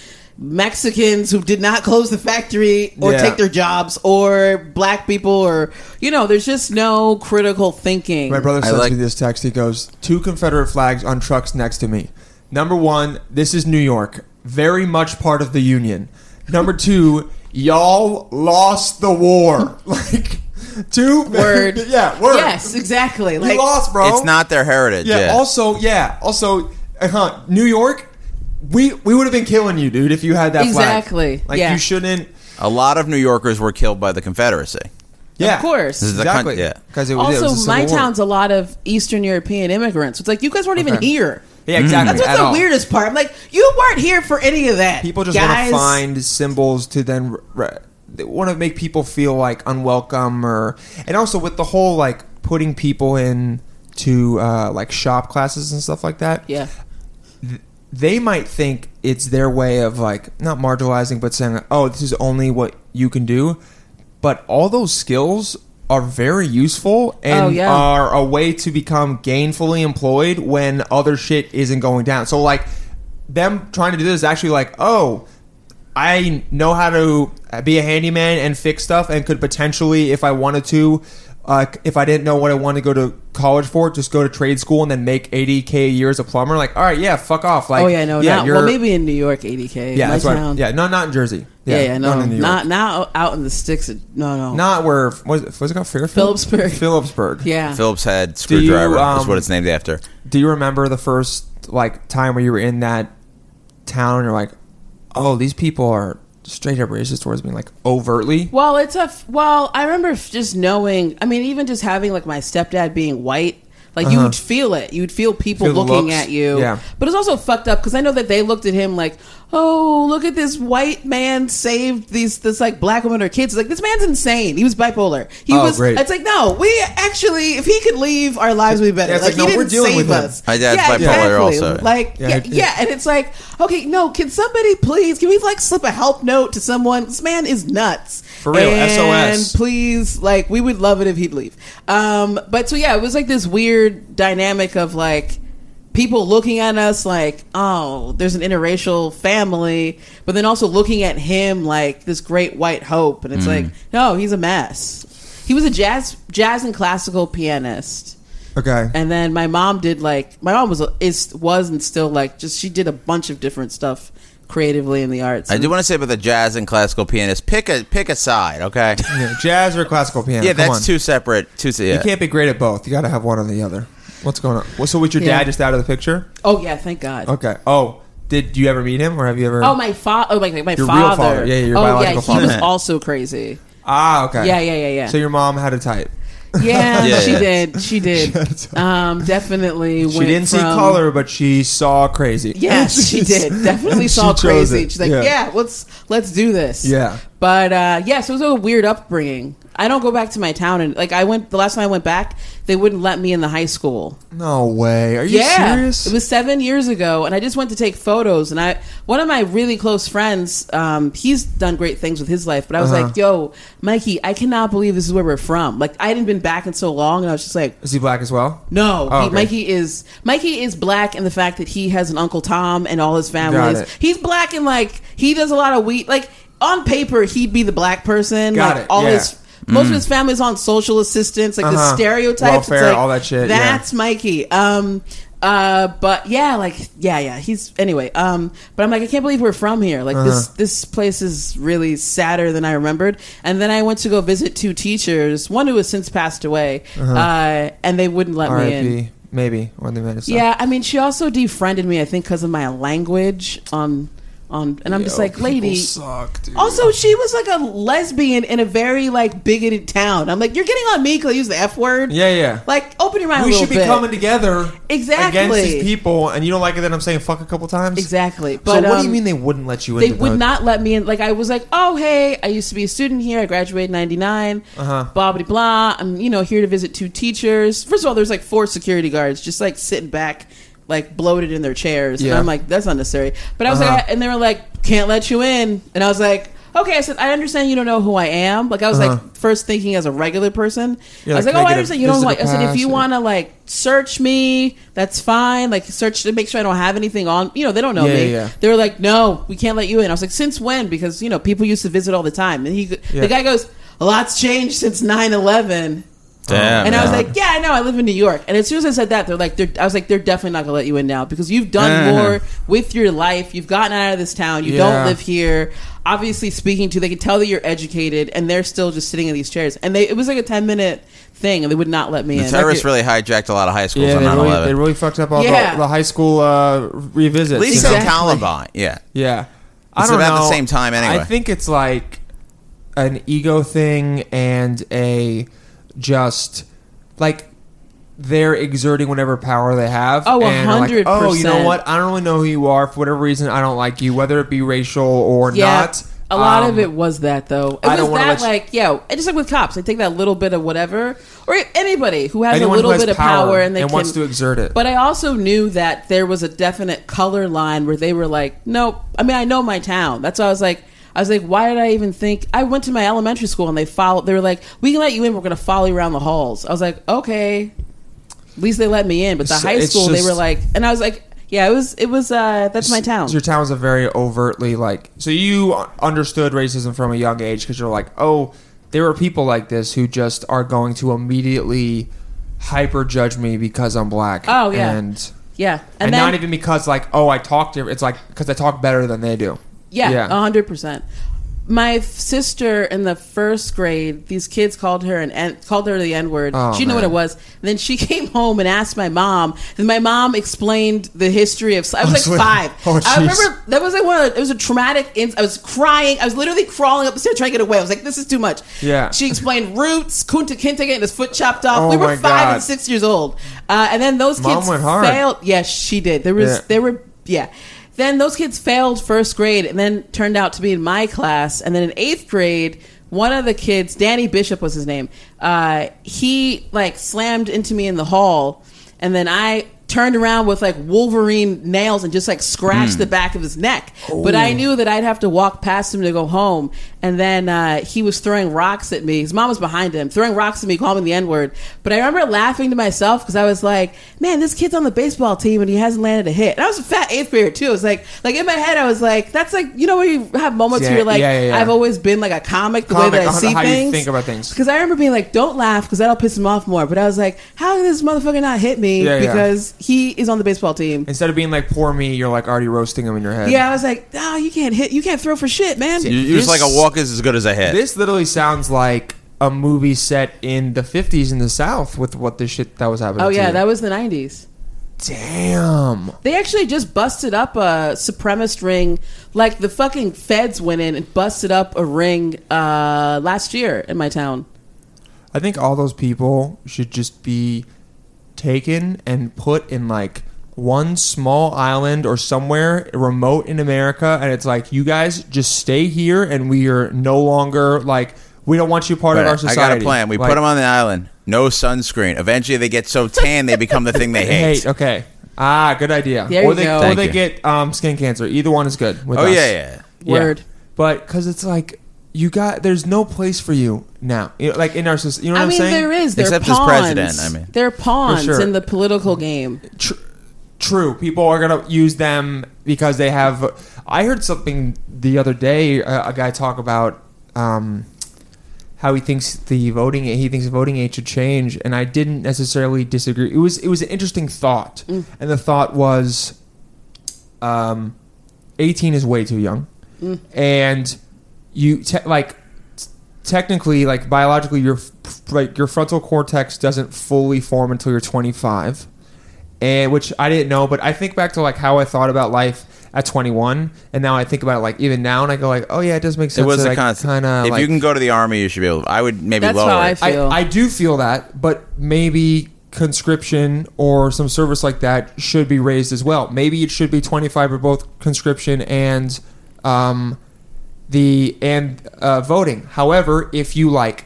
mexicans who did not close the factory or Yeah. take their jobs or black people or you know there's just no critical thinking My brother I sends like- me this text. He goes, Two Confederate flags on trucks next to me. Number one, this is New York, very much part of the Union. Number two, y'all lost the war. Like, two. word yeah, word. yes exactly You like lost, bro. It's not their heritage. Yeah, Yeah. also, yeah, also, uh, huh, New York, we, we would have been killing you, dude, if you had that flag. Exactly, Like, yeah. you shouldn't. a lot of New Yorkers were killed by the Confederacy. Yeah. of course This is a Exactly. cunt- yeah. Because it was, it also was a my civil war. town's a lot of eastern european immigrants it's like you guys weren't even Okay. here Yeah, exactly. Mm-hmm. that's what's At the all. weirdest part i'm like you weren't here for any of that People just want guys. to find symbols to then re- re- they want to make people feel like unwelcome or and also with the whole like putting people in to uh, like shop classes and stuff like that. yeah They might think it's their way of like not marginalizing but saying oh this is only what you can do. But all those skills are very useful and Oh, yeah. are a way to become gainfully employed when other shit isn't going down. So like them trying to do this is actually like, oh, I know how to be a handyman and fix stuff, and could potentially, if I wanted to, uh, if I didn't know what I wanted to go to college for, just go to trade school and then make eighty k a year as a plumber. Like, all right, yeah, fuck off. Like, oh yeah no not, you're- well maybe in new york 80k yeah, my that's town right. Yeah, no, not in Jersey. yeah, yeah, no, not in New York. not not out in the sticks. No, no, Not where was it, was it called Fairfield? Phillipsburg. Phillipsburg. yeah. Phillips head Do you, screwdriver is um, what it's named after. Do you remember the first like time where you were in that town and you're like, oh, these people are straight up racist towards me, like overtly? Well, it's a f- well. I remember f- just knowing. I mean, even just having like my stepdad being white, like you would feel it. You'd feel people Uh-huh. Feel the looking looks. at you. Yeah. But it's also fucked up because I know that they looked at him like, "Oh, look at this white man saved these this like black woman or kids." It's like this man's insane. He was bipolar. He Oh, was. great. It's like no, we actually, if he could leave, our lives would be better. Yeah, it's like, like, no, he we're didn't dealing with save him. us. My dad's bipolar also. Like Yeah, yeah, it- yeah, and it's like, okay, no, can somebody please, can we like slip a help note to someone? This man is nuts. For real, and SOS. please, like, we would love it if he'd leave. Um, but so yeah, it was like this weird dynamic of like people looking at us like, oh, there's an interracial family, but then also looking at him like this great white hope, and it's like, no, he's a mess. He was a jazz jazz and classical pianist. Okay. And then my mom did like my mom was is was and still like just she did a bunch of different stuff creatively in the arts. I do want to say about the jazz and classical pianist. Pick a pick a side, okay? Yeah, jazz or classical piano? yeah, Come on. that's two separate. Two. Yeah. You can't be great at both. You got to have one or the other. What's going on? Well, so was your Yeah. dad just out of the picture? oh yeah, thank God. Okay. Oh, did you ever meet him, or have you ever? Oh my father. Oh my my Your real father. father. Yeah, your oh yeah, biological he was father. also crazy. ah, okay. Yeah, yeah, yeah, yeah. So your mom had a type. Yeah, Yeah, she yeah. did. She did. um, definitely. She didn't see color, but she saw crazy. Yes, she did. Definitely She saw chose crazy. it. She's like, Yeah. yeah. let's let's do this. Yeah. But uh, yes, it was a weird upbringing. I don't go back to my town, and like I went the last time I went back, they wouldn't let me in the high school. No way. Are you yeah, serious? it was seven years ago, and I just went to take photos. And I, one of my really close friends, um, he's done great things with his life, but I Uh-huh. was like, "Yo, Mikey, I cannot believe this is where we're from." Like I hadn't been back in so long, and I was just like, Is he black as well? no, Oh, he- okay. Mikey is Mikey is black in the fact that he has an Uncle Tom and all his Got family. it. is- He's black and like he does a lot of wheat. Like on paper, he'd be the black person. Got like it, all yeah. Mm. his Most of his family's on social assistance, like the Uh-huh. stereotypes. It's Welfare, like, all that shit, yeah. That's Mikey. Um, uh, but yeah, like yeah, yeah. He's anyway. Um, but I'm like, I can't believe we're from here. Like this, Uh-huh. this place is really sadder than I remembered. And then I went to go visit two teachers, one who has since passed away, Uh-huh. uh and they wouldn't let me in. R.I.P. Maybe when they made us. Yeah, I mean, she also defriended me, I think, because of my language on on, and I'm just like, lady. suck, dude. Also, she was like a lesbian in a very like bigoted town. I'm like, you're getting on me because I use the f word. Yeah, yeah. Like, open your mind. we a should be little bit. coming together Exactly. against these people, and you don't like it that I'm saying fuck a couple times. Exactly. So But what do you um, mean they wouldn't let you in? They without- would not let me in. Like I was like, oh hey, I used to be a student here. I graduated in '99. Uh-huh. Blah blah blah. I'm you know here to visit two teachers. First of all, there's like four security guards just like sitting back, like bloated in their chairs. And Yeah. I'm like, that's unnecessary. But I was Uh-huh. like, and they were like, can't let you in. And I was like. Okay, I said I understand you don't know who I am. Like I was Uh-huh. like first thinking as a regular person. You're I was like, like, "Can I oh, I get a understand you don't know. who I-" visitor I said if pass you or-" want to like search me, that's fine. Like search to make sure I don't have anything on. You know they don't know Yeah, me. yeah, yeah. They were like, "No, we can't let you in." I was like, "Since when?" Because you know people used to visit all the time, and he, Yeah. the guy goes, "A lot's changed since 9-11. Damn. And I was man. like, "Yeah, I know. I live in New York." And as soon as I said that, they're like, they're, "I was like, they're definitely not gonna let you in now because you've done Uh-huh. more with your life. You've gotten out of this town. You Yeah. don't live here." Obviously, speaking to, they can tell that you're educated, and they're still just sitting in these chairs. And they, it was like a ten minute thing, and they would not let me the in. terrorists really hijacked a lot of high schools Yeah, on they 9 really, 11. they really fucked up all Yeah. the, the high school uh, revisits. At least you know? Exactly. in Taliban. Yeah. Yeah. I It's don't about the know. same time anyway. I think it's like an ego thing and a just like they're exerting whatever power they have. Oh, and are like, 100%. oh, you know what? I don't really know who you are for whatever reason. I don't like you, whether it be racial or not. A lot Um, of it was that though. It I was don't wanna that let you- like yeah, and just like with cops, they take that little bit of whatever or anybody who has a Anyone who little has bit of power, and they can, wants to exert it. But I also knew that there was a definite color line where they were like, nope. I mean, I know my town. That's why I was like. I was like, why did I even think? I went to my elementary school and they followed. They were like, we can let you in. We're going to follow you around the halls. I was like, okay. At least they let me in. But the It's- high it's school, just- they were like, and I was like, yeah, it was, it was, uh, that's my town. Your town's a very overtly like. So you understood racism from a young age because you're like, oh, there are people like this who just are going to immediately hyper judge me because I'm black. Oh, yeah. and Yeah. and, not even because like, oh, I talk to. It's like because I talk better than they do. Yeah, uh-huh. a hundred percent. My f- sister in the first grade, these kids called her an N- called her the N word. Oh, she didn't know what man. it was. And then she came home and asked my mom, and my mom explained the history of. I was like sweet. five. Oh, I jeez. remember that was like one. Of the, it was a traumatic. In- I was crying. I was literally crawling up the stairs trying to get away. I was like, "This is too much." Yeah. She explained roots, Kunta Kinte getting his foot chopped off. Oh, we were my five God. and six years old, uh, and then those Mom kids went hard. failed. Yes, she did. There was Yeah. there were yeah. Then those kids failed first grade and then turned out to be in my class. And then in eighth grade, one of the kids, Danny Bishop was his name, uh, he like slammed into me in the hall, and then I turned around with like Wolverine nails and just like scratched the back of his neck. But I knew that I'd have to walk past him to go home. And then uh, he was throwing rocks at me. His mom was behind him, throwing rocks at me, calling me the N word. But I remember laughing to myself because I was like, man, this kid's on the baseball team and he hasn't landed a hit. And I was a fat eighth grader too. It was like, like in my head, I was like, that's like, you know, where you have moments Yeah, where you're like, yeah, yeah, yeah. I've always been like a comic, the Comic, uh-huh, way that I how- see how you things. think about things. Because I remember being like, don't laugh because that'll piss him off more. But I was like, how did this motherfucker not hit me Yeah, yeah. because he is on the baseball team? Instead of being like poor me, you're like already roasting them in your head. Yeah, I was like, oh, you can't hit, you can't throw for shit, man. You- You're just This- like a walk is as good as a hit. This literally sounds like a movie set in the 50s in the South with what this shit that was happening. Oh to yeah, you. that was the '90s. damn. They actually just busted up a supremacist ring. Like the fucking feds went in and busted up a ring uh, last year in my town. I think all those people should just be taken and put in like one small island or somewhere remote in America and it's like you guys just stay here and we are no longer like we don't want you part Right, of our I society. got a plan. We Like, put them on the island. No sunscreen. Eventually, they get so tan they become the thing they hate. hate. Okay. Ah, good idea. There or you they go. or Thank they you. get um, skin cancer. Either one is good with oh us. yeah, yeah. Yeah. Word. But cuz it's like you got there's no place for you now. You know, like in our society, you know what I am mean, saying? there is. They're Except as pawns. president, I mean. they're pawns sure. in the political game. tr- true. People are gonna use them because they have. I heard something the other day. Uh, a guy talk about um, how he thinks the voting he thinks the voting age should change, and I didn't necessarily disagree. It was it was an interesting thought, and the thought was, um, eighteen is way too young, and you te- like t- technically like biologically your f- like your frontal cortex doesn't fully form until you're 25 and which I didn't know, but I think back to like how I thought about life at 21, and now I think about it like even now, and I go like, oh yeah, it does make sense. it was that a I constant. kinda, If like- you can go to the army, you should be able. I would maybe That's lower. how I it. feel. I, I do feel that, but maybe conscription or some service like that should be raised as well. Maybe it should be 25 for both conscription and um, the and uh, voting. However, if you like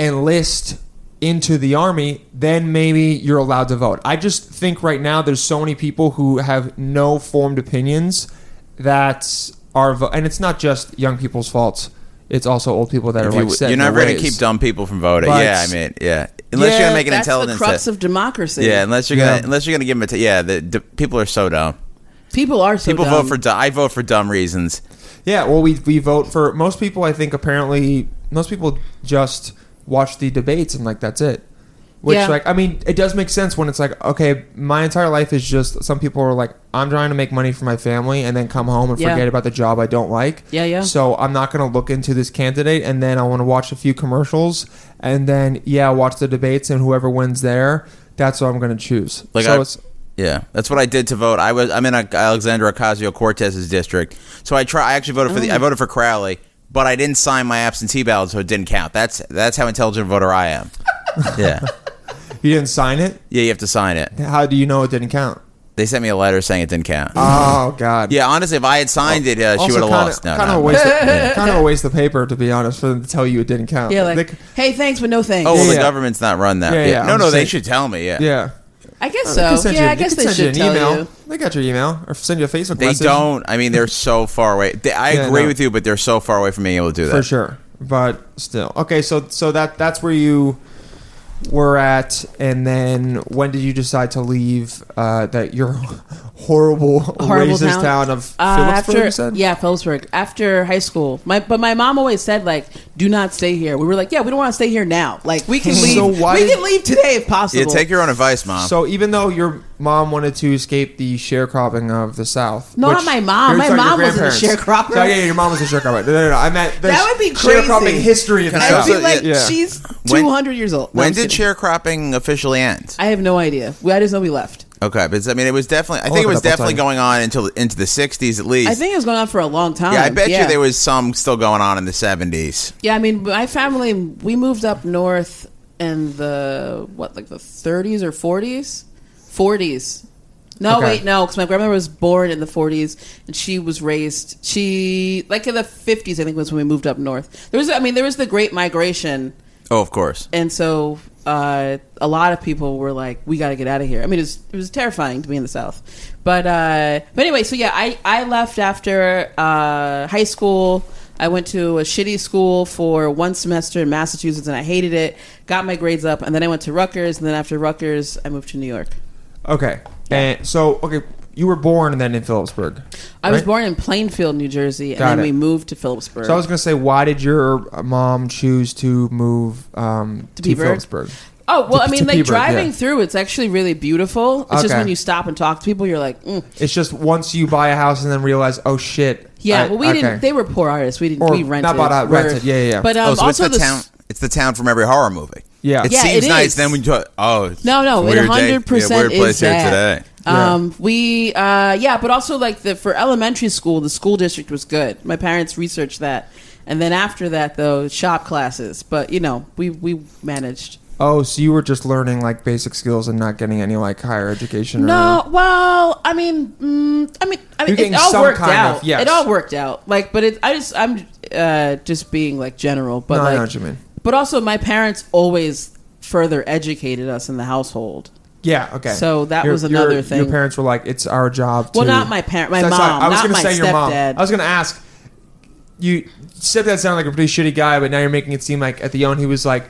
enlist into the army, then maybe you're allowed to vote. I just think right now there's so many people who have no formed opinions that are vo- and it's not just young people's faults. It's also old people that are If like you- set you're in their never going to ways. keep dumb people from voting. But- yeah, I mean, yeah. Unless you're Yeah, going to make an That's intelligence the crux test. of democracy. yeah, unless you're gonna Yeah. unless you're gonna give them a t- yeah. The, d- people are so dumb. people are so People dumb. vote for dumb. I vote for dumb reasons. Yeah, well, we we vote for most people. I think apparently most people just watch the debates and like that's it. Which Yeah. like I mean, it does make sense when it's like okay, my entire life is just some people are like I'm trying to make money for my family and then come home and Yeah. forget about the job I don't like. Yeah, yeah. So I'm not going to look into this candidate and then I want to watch a few commercials and then yeah, watch the debates and whoever wins there, that's what I'm going to choose. Like so I- it's Yeah, that's what I did to vote. I was I'm in Alexandra Ocasio Cortez's district, so I try. I actually voted for the. I Mm. voted for Crowley, but I didn't sign my absentee ballot, so it didn't count. That's that's how intelligent a voter I am. yeah, you didn't sign it. yeah, you have to sign it. How do you know it didn't count? They sent me a letter saying it didn't count. Oh God. yeah, honestly, if I had signed it, uh, she would have lost. No, Kind no, of no. a waste. Of, kind of a waste of paper, to be honest, for them to tell you it didn't count. yeah, like They- hey, thanks, but no thanks. Oh well, Yeah, the yeah. government's not run that. Yeah, Yeah, yeah, No, I'm no, they saying- should tell me. Yeah, yeah. I guess They so. could send yeah, you- I guess could they send should you an tell email. you. They got your email or send you a Facebook. They message. don't. I mean, they're so far away. They, I Yeah, agree no. with you, but they're so far away from being able to do that. for sure, but still. Okay, so so that that's where you were at, and then when did you decide to leave? Uh, that your horrible, Horrible racist town. town, of Uh, Phillipsburg. after you said? yeah, Phillipsburg. After high school, my but my mom always said like, "Do not stay here." We were like, "Yeah, we don't want to stay here now. Like, we can leave. So why we did- can leave today if possible." Yeah, take your own advice, mom. So even though your mom wanted to escape the sharecropping of the South, No, not my mom. you're- My your mom wasn't a grandparents. sharecropper. Sorry, yeah, yeah, your mom was a sharecropper. No, no, no. I meant the That would be sharecropping crazy. history of the I would South. be So, like, yeah. "She's When- two hundred years old." No, when I'm just did kidding. sharecropping officially end? I have no idea. We- I just know we left. Okay, but it's- I mean, it was definitely. I I'll think it look it was up, I'll definitely tell going on until into the '60s at least. I think it was going on for a long time. yeah, I bet you there was some still going on in the '70s. Yeah, I mean, my family we moved up north in the what, like the 30s or 40s, 40s. No, Okay. wait, no, because my grandmother was born in the 40s and she was raised. She like in the 50s, I think, was when we moved up north. There was, I mean, there was the Great Migration, Oh, of course. and so uh, a lot of people were like, "We got to get out of here." I mean, it was, it was terrifying to be in the South, but uh, but anyway, so yeah, I I left after uh, high school. I went to a shitty school for one semester in Massachusetts, and I hated it. Got my grades up, and then I went to Rutgers, and then after Rutgers, I moved to New York. Okay, and so okay, you were born then in Phillipsburg. I was right? born in Plainfield, New Jersey, and Got then it. we moved to Phillipsburg. So I was gonna say, why did your mom choose to move um, to, Peaburg? Phillipsburg? oh well, to- I mean, to like Peaburg, driving yeah. through, it's actually really beautiful. It's just Okay. when you stop and talk to people, you're like, mm. It's just once you buy a house and then realize, oh shit. Yeah, I- well, we okay. didn't. They were poor artists. We didn't. Or we rented. not bought out, We're- rented. Yeah, yeah, yeah. But um, oh, so it's also the, the, s- town. It's the town from every horror movie. Yeah. it Yeah, seems it nice. is. Then we talk. Oh, it's No, no, a it weird day. hundred Yeah, percent weird is place that. here today. Yeah. Um, we, uh, yeah, but also like the for elementary school, the school district was good. My parents researched that, and then after that, though, shop classes. But you know, we we managed. Oh, so you were just learning like basic skills and not getting any like higher education. No, well, I mean, mm, I mean, I mean, You're getting it all some worked kind out. of- yes. It all worked out. Like, but it, I just, I'm uh, just being like general, but No, I like, know what you mean. but also my parents always further educated us in the household. Yeah. Okay. So that was another thing. Your parents were like, "It's our job." Well, to... not my parent- my That's mom, I was not gonna my say your mom. stepdad. I was going to ask. You stepdad sounded like a pretty shitty guy, but now you're making it seem like at the end he was like,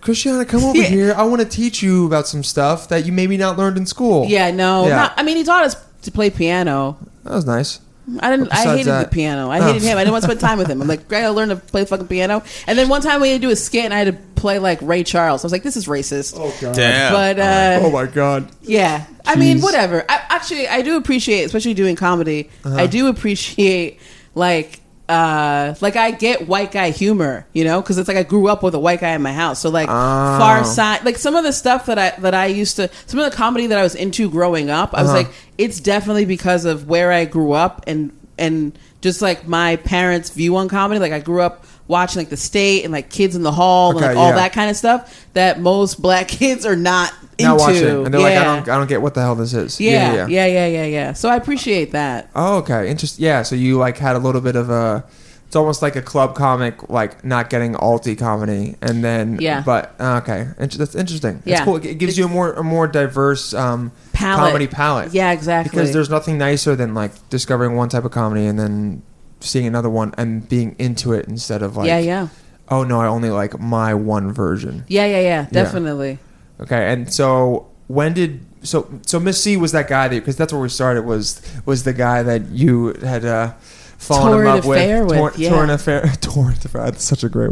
"Christiana, come over Yeah. here. I want to teach you about some stuff that you maybe not learned in school." Yeah, no, Yeah. not- I mean, he taught us to play piano. That was nice. I didn't. I Besides hated that- the piano. I Oh. hated him. I didn't want to spend time with him. I'm like, Greg, I learned to play fucking piano. And then one time we had to do a skit, and I had to play like Ray Charles. I was like, this is racist. Oh, God. Damn. But uh, Oh my god. yeah, I mean, Jeez. whatever. I, actually, I do appreciate, especially doing comedy. Uh-huh. I do appreciate like. Uh, like I get white guy humor, you know, because it's like I grew up with a white guy in my house. So like Ah. Far Side, like some of the stuff that I that I used to, some of the comedy that I was into growing up, Uh-huh. I was like, it's definitely because of where I grew up and and just like my parents' view on comedy. Like I grew up watching like The State and like Kids in the Hall Okay, and like, all yeah. that kind of stuff that most black kids are not into. Now watch it, and they're like, I Yeah. don't, I don't get what the hell this is. Yeah, yeah, yeah, yeah, yeah, So I appreciate that. Oh, okay, interesting. Yeah, so you like had a little bit of a. It's almost like a club comic, like not getting alti comedy, and then Yeah. But uh, okay, Inter- that's interesting. It's Yeah. cool. It, it gives you a more a more diverse um, Palette. comedy palette. Yeah, exactly. Because there's nothing nicer than like discovering one type of comedy and then seeing another one and being into it instead of like yeah, yeah, oh no I only like my one version. yeah, yeah, yeah. Definitely. Okay, and so when did so so Miss C was that guy that because that's where we started was was the guy that you had uh, fallen Torn in love affair with, torn, yeah. torn affair, torn affair. That's such a great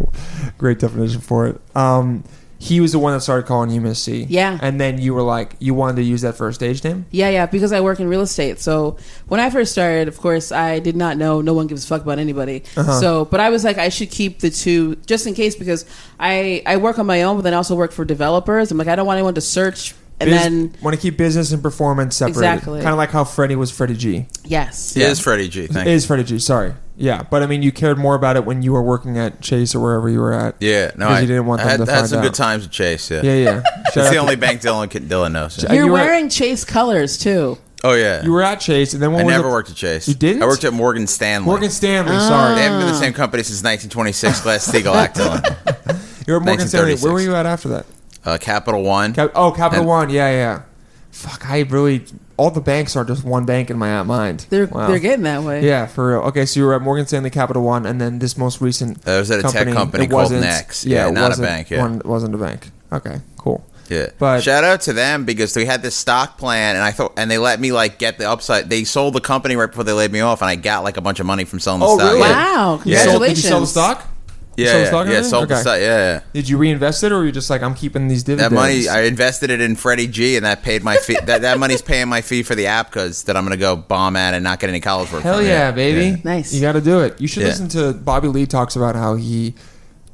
great definition for it. Um, he was the one that started calling you Miss C. Yeah. and then you were like you wanted to use that for a stage name. Yeah, yeah. Because I work in real estate, so when I first started, of course, I did not know. No one gives a fuck about anybody. Uh-huh. So, but I was like, I should keep the two just in case because I I work on my own, but then I also work for developers. I'm like, I don't want anyone to search and then want to keep business and performance separate. Exactly. kind of like how Freddie was Freddie G. yes, It is Freddie G. Thank you. Is Freddie G? Sorry, yeah, but I mean you cared more about it when you were working at Chase or wherever you were at. Yeah, no, 'Cause I you didn't want I them had, to I had find some out. good times with Chase. Yeah, Yeah, yeah. Shout It's out the to- only bank Dylan can, Dylan knows. yeah. I- you're you were- wearing Chase colors too. Oh yeah, You were at Chase, and then when I was never it- worked at Chase. You didn't? I worked at Morgan Stanley. Morgan Stanley. Ah. They Sorry, haven't been the same company since 1926. Glass Steagall Act, Dylan. you were at Morgan Stanley. 1936. Where were you at after that? Uh, Capital One. Cap- oh, Capital And- One. Yeah, yeah. Fuck, I really all the banks are just one bank in my uh, mind. They're Wow. they're getting that way. Yeah, for real. Okay, so you were at Morgan Stanley Capital One, and then this most recent. Uh, it was at a tech company it called wasn't- Next. Yeah, not a wasn't bank, yeah. one- it wasn't a bank. Okay, cool. Yeah. But- shout out to them because we had this stock plan and I thought and they let me like get the upside. They sold the company right before they laid me off and I got like a bunch of money from selling the Oh, stock. really? Yeah. Wow! You sold- Congratulations. did you sell the stock? You Yeah. sold the Yeah, stock yeah, already? sold the Okay. stock. Yeah. yeah. Did you reinvest it, or were you just like, I'm keeping these That dividends? money I invested it in Freddie G and that paid my fee. that that money's paying my fee for the app cuz that I'm going to go bomb at and not get any college work. Hell from it. yeah, baby. Nice. You got to do it. You should Yeah. listen to Bobby Lee talks about how he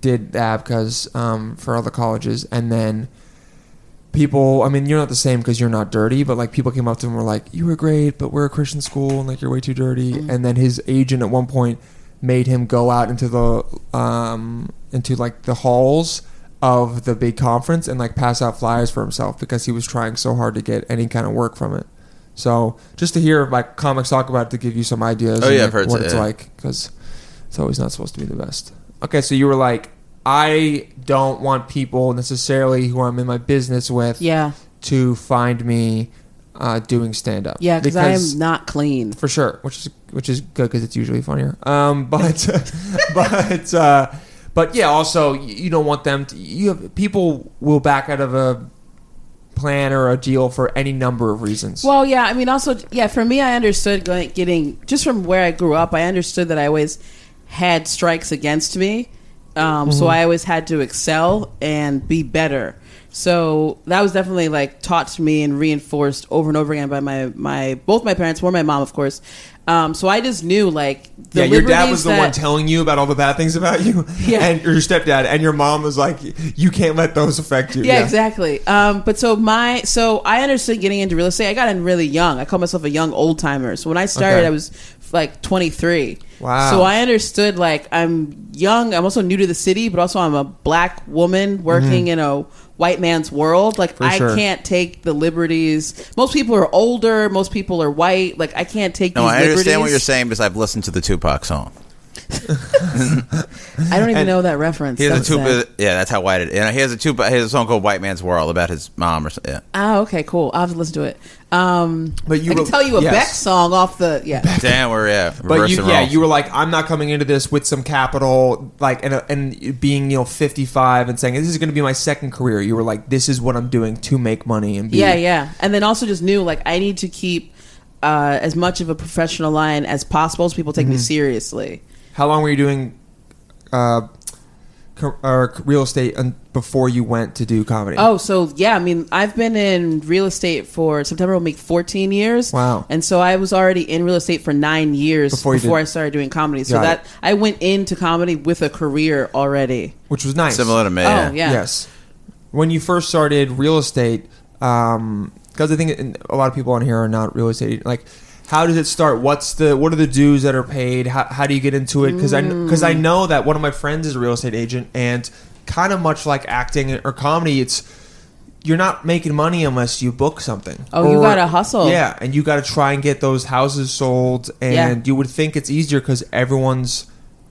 did the ABCAs um, for other colleges, and then people. I mean, you're not the same because you're not dirty, but like people came up to him and were like, "You were great, but we're a Christian school, and like you're way too dirty." Mm-hmm. And then his agent at one point made him go out into the um, into like the halls of the big conference and like pass out flyers for himself because he was trying so hard to get any kind of work from it. So just to hear like comics talk about it to give you some ideas. Oh, and, yeah, like, I've heard what so- it's yeah. like because it's always not supposed to be the best. Okay, so you were like, I don't want people necessarily who I'm in my business with Yeah, to find me uh, doing stand up. yeah, because I am not clean. for sure, which is which is good because it's usually funnier. Um, but but uh, but yeah, also y- you don't want them. To, you have, people will back out of a plan or a deal for any number of reasons. Well, yeah, I mean, also, yeah, for me, I understood going, getting just from where I grew up. I understood that I always had strikes against me, um, so Mm-hmm. I always had to excel and be better. So that was definitely like taught to me and reinforced over and over again by my my both my parents or my mom, of course. Um, so I just knew like the yeah, your dad liberties was the that- one telling you about all the bad things about you, Yeah. and or your stepdad, and your mom was like, "You can't let those affect you." yeah, exactly. Um, but so my so I understood getting into real estate. I got in really young. I call myself a young old timer. So when I started, Okay. I was like 23. Wow. So I understood like I'm young. I'm also new to the city, but also I'm a black woman working in a white man's world. Like I Mm-hmm. sure. can't take the liberties. Most people are older. Most people are white. Like I can't take. No, these I understand what liberties. you're saying because I've listened to the Tupac song. I don't even know that reference. He has a That's sad. Tupac. Yeah, that's how white it. You know, he has a Tupac. He has a song called "White Man's World" about his mom or something. Yeah. Oh, okay, cool. I'll have to listen to it. Um, But you I can were- tell you a yes. Beck song off the yeah. Damn, we're yeah. But reverse you, the yeah, roles. you were like, I'm not coming into this with some capital, like, and and being you know 55 and saying this is going to be my second career. You were like, this is what I'm doing to make money and be. Yeah, yeah. And then also just knew like I need to keep uh, as much of a professional line as possible, so people take Mm-hmm. me seriously. How long were you doing uh, co- or real estate un- before you went to do comedy? Oh, so yeah, I mean, I've been in real estate for September will make 14 years. Wow. And so I was already in real estate for nine years Before before, you did- I started doing comedy. So Got that it. I went into comedy with a career already. which was nice. Similar to me. Oh, yeah. yeah. Yes. When you first started real estate, because I think in- a lot of people on here are not real estate. Like, how does it start? What's the what are the dues that are paid? How, how do you get into it? Because I because I know that one of my friends is a real estate agent, and kind of much like acting or comedy, it's you're not making money unless you book something. Oh, you Or- gotta hustle. Yeah, and you got to try and get those houses sold. And Yeah. you would think it's easier because everyone's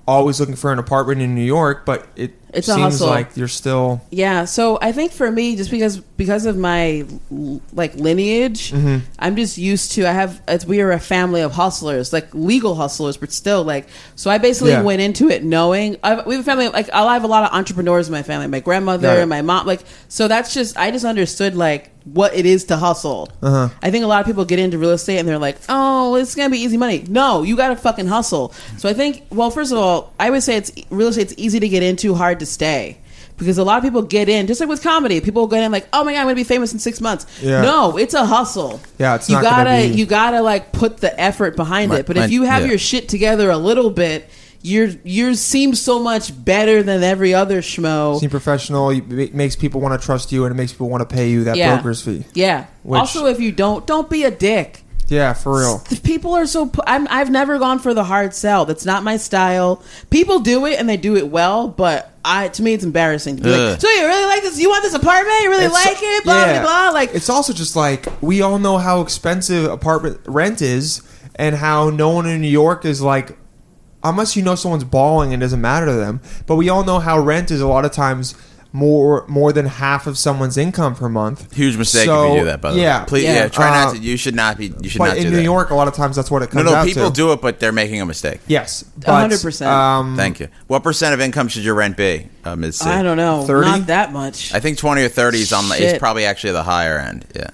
always looking for an apartment in New York, but it It's a seems hustle. like you're still Yeah, so I think for me, just because because of my l- like lineage, I'm just used to. I have it's we are a family of hustlers, like legal hustlers, but still like. So I basically Yeah. went into it knowing i we have a family like I have a lot of entrepreneurs in my family. My grandmother Got it. and my mom, like so that's just I just understood like what it is to hustle. Uh-huh. I think a lot of people get into real estate and they're like, oh, it's gonna be easy money. No, you gotta fucking hustle. So I think, well, first of all, I would say it's real estate's easy to get into, hard to stay. Because a lot of people get in, just like with comedy, people get in like, "Oh my god, I'm gonna be famous in six months." Yeah. No, it's a hustle. Yeah, it's you not gonna gotta be- you gotta like put the effort behind My- it. But my- if you have yeah. your shit together a little bit, your yours seems so much better than every other schmo. seem professional. you- It makes people want to trust you, and it makes people want to pay you that broker's fee. Yeah. Which- also, if you don't, don't be a dick. Yeah, for real. The people are so. pu- I'm, I've never gone for the hard sell. That's not my style. People do it and they do it well, but I to me it's embarrassing. To be Ugh. like, so you really like this? You want this apartment? You really It's- like it? Blah yeah. blah blah. Like it's also just like we all know how expensive apartment rent is, and how no one in New York is like, unless you know someone's balling, it doesn't matter to them. But we all know how rent is a lot of times more more than half of someone's income per month. Huge mistake if So, you do that, by the yeah, way. Please, Yeah. yeah. try Uh, not to. You should not be. You should not But do in that. New York, a lot of times that's what it no, comes. no, out people to. do it, but they're making a mistake. Yes, A hundred but, percent. um, Thank you. What percent of income should your rent be, uh, Ms. C? I don't know, 30? not that much. I think twenty or thirty is on the. Is Shit. probably actually the higher end. Yeah.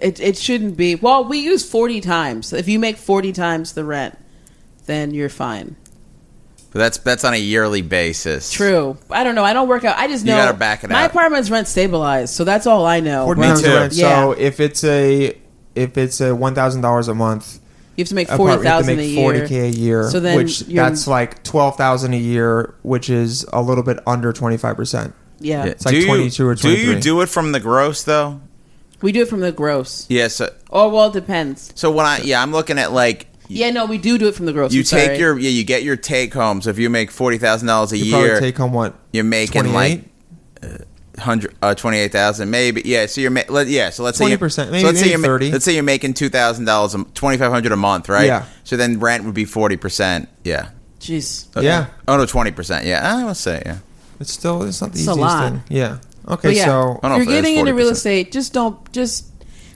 It it shouldn't be. Well, we use forty times. If you make forty times the rent, then you're fine. But that's that's on a yearly basis. True. I don't know. I don't work out. I just You know gotta back it my out. apartment's rent stabilized, so that's all I know. Forty Me times the too. rent. Oh, Yeah. So if it's a if it's a one thousand dollars a month You have to make apartment, forty you have to thousand a make year. forty k a year. So then which you're- that's like twelve thousand a year, which is a little bit under twenty five percent. Yeah. Yeah. It's like do 22 you, or Do 23. you do it from the gross though? we do it from the gross. Yeah. So Oh well, it depends. so when I yeah I'm looking at like Yeah, no, we do do it from the gross. you I'm take sorry. your yeah you get your take home. So if you make forty thousand dollars a You year, probably take home what you're making 28? like. Hundred uh, twenty eight thousand, maybe. Yeah. So you're ma- let, yeah. So let's say you're- 20%, maybe- so let's maybe say you're ma- 30. Let's say you're making two thousand dollars, twenty five hundred a month, right? Yeah. So then rent would be forty percent. Yeah. Jeez. Yeah. Oh no, twenty percent. Yeah, I must say. Yeah. It's still it's not the It's a easiest lot. thing. Yeah. Okay. But yeah, So I don't know if you're if it is getting into real 40%. estate, just don't just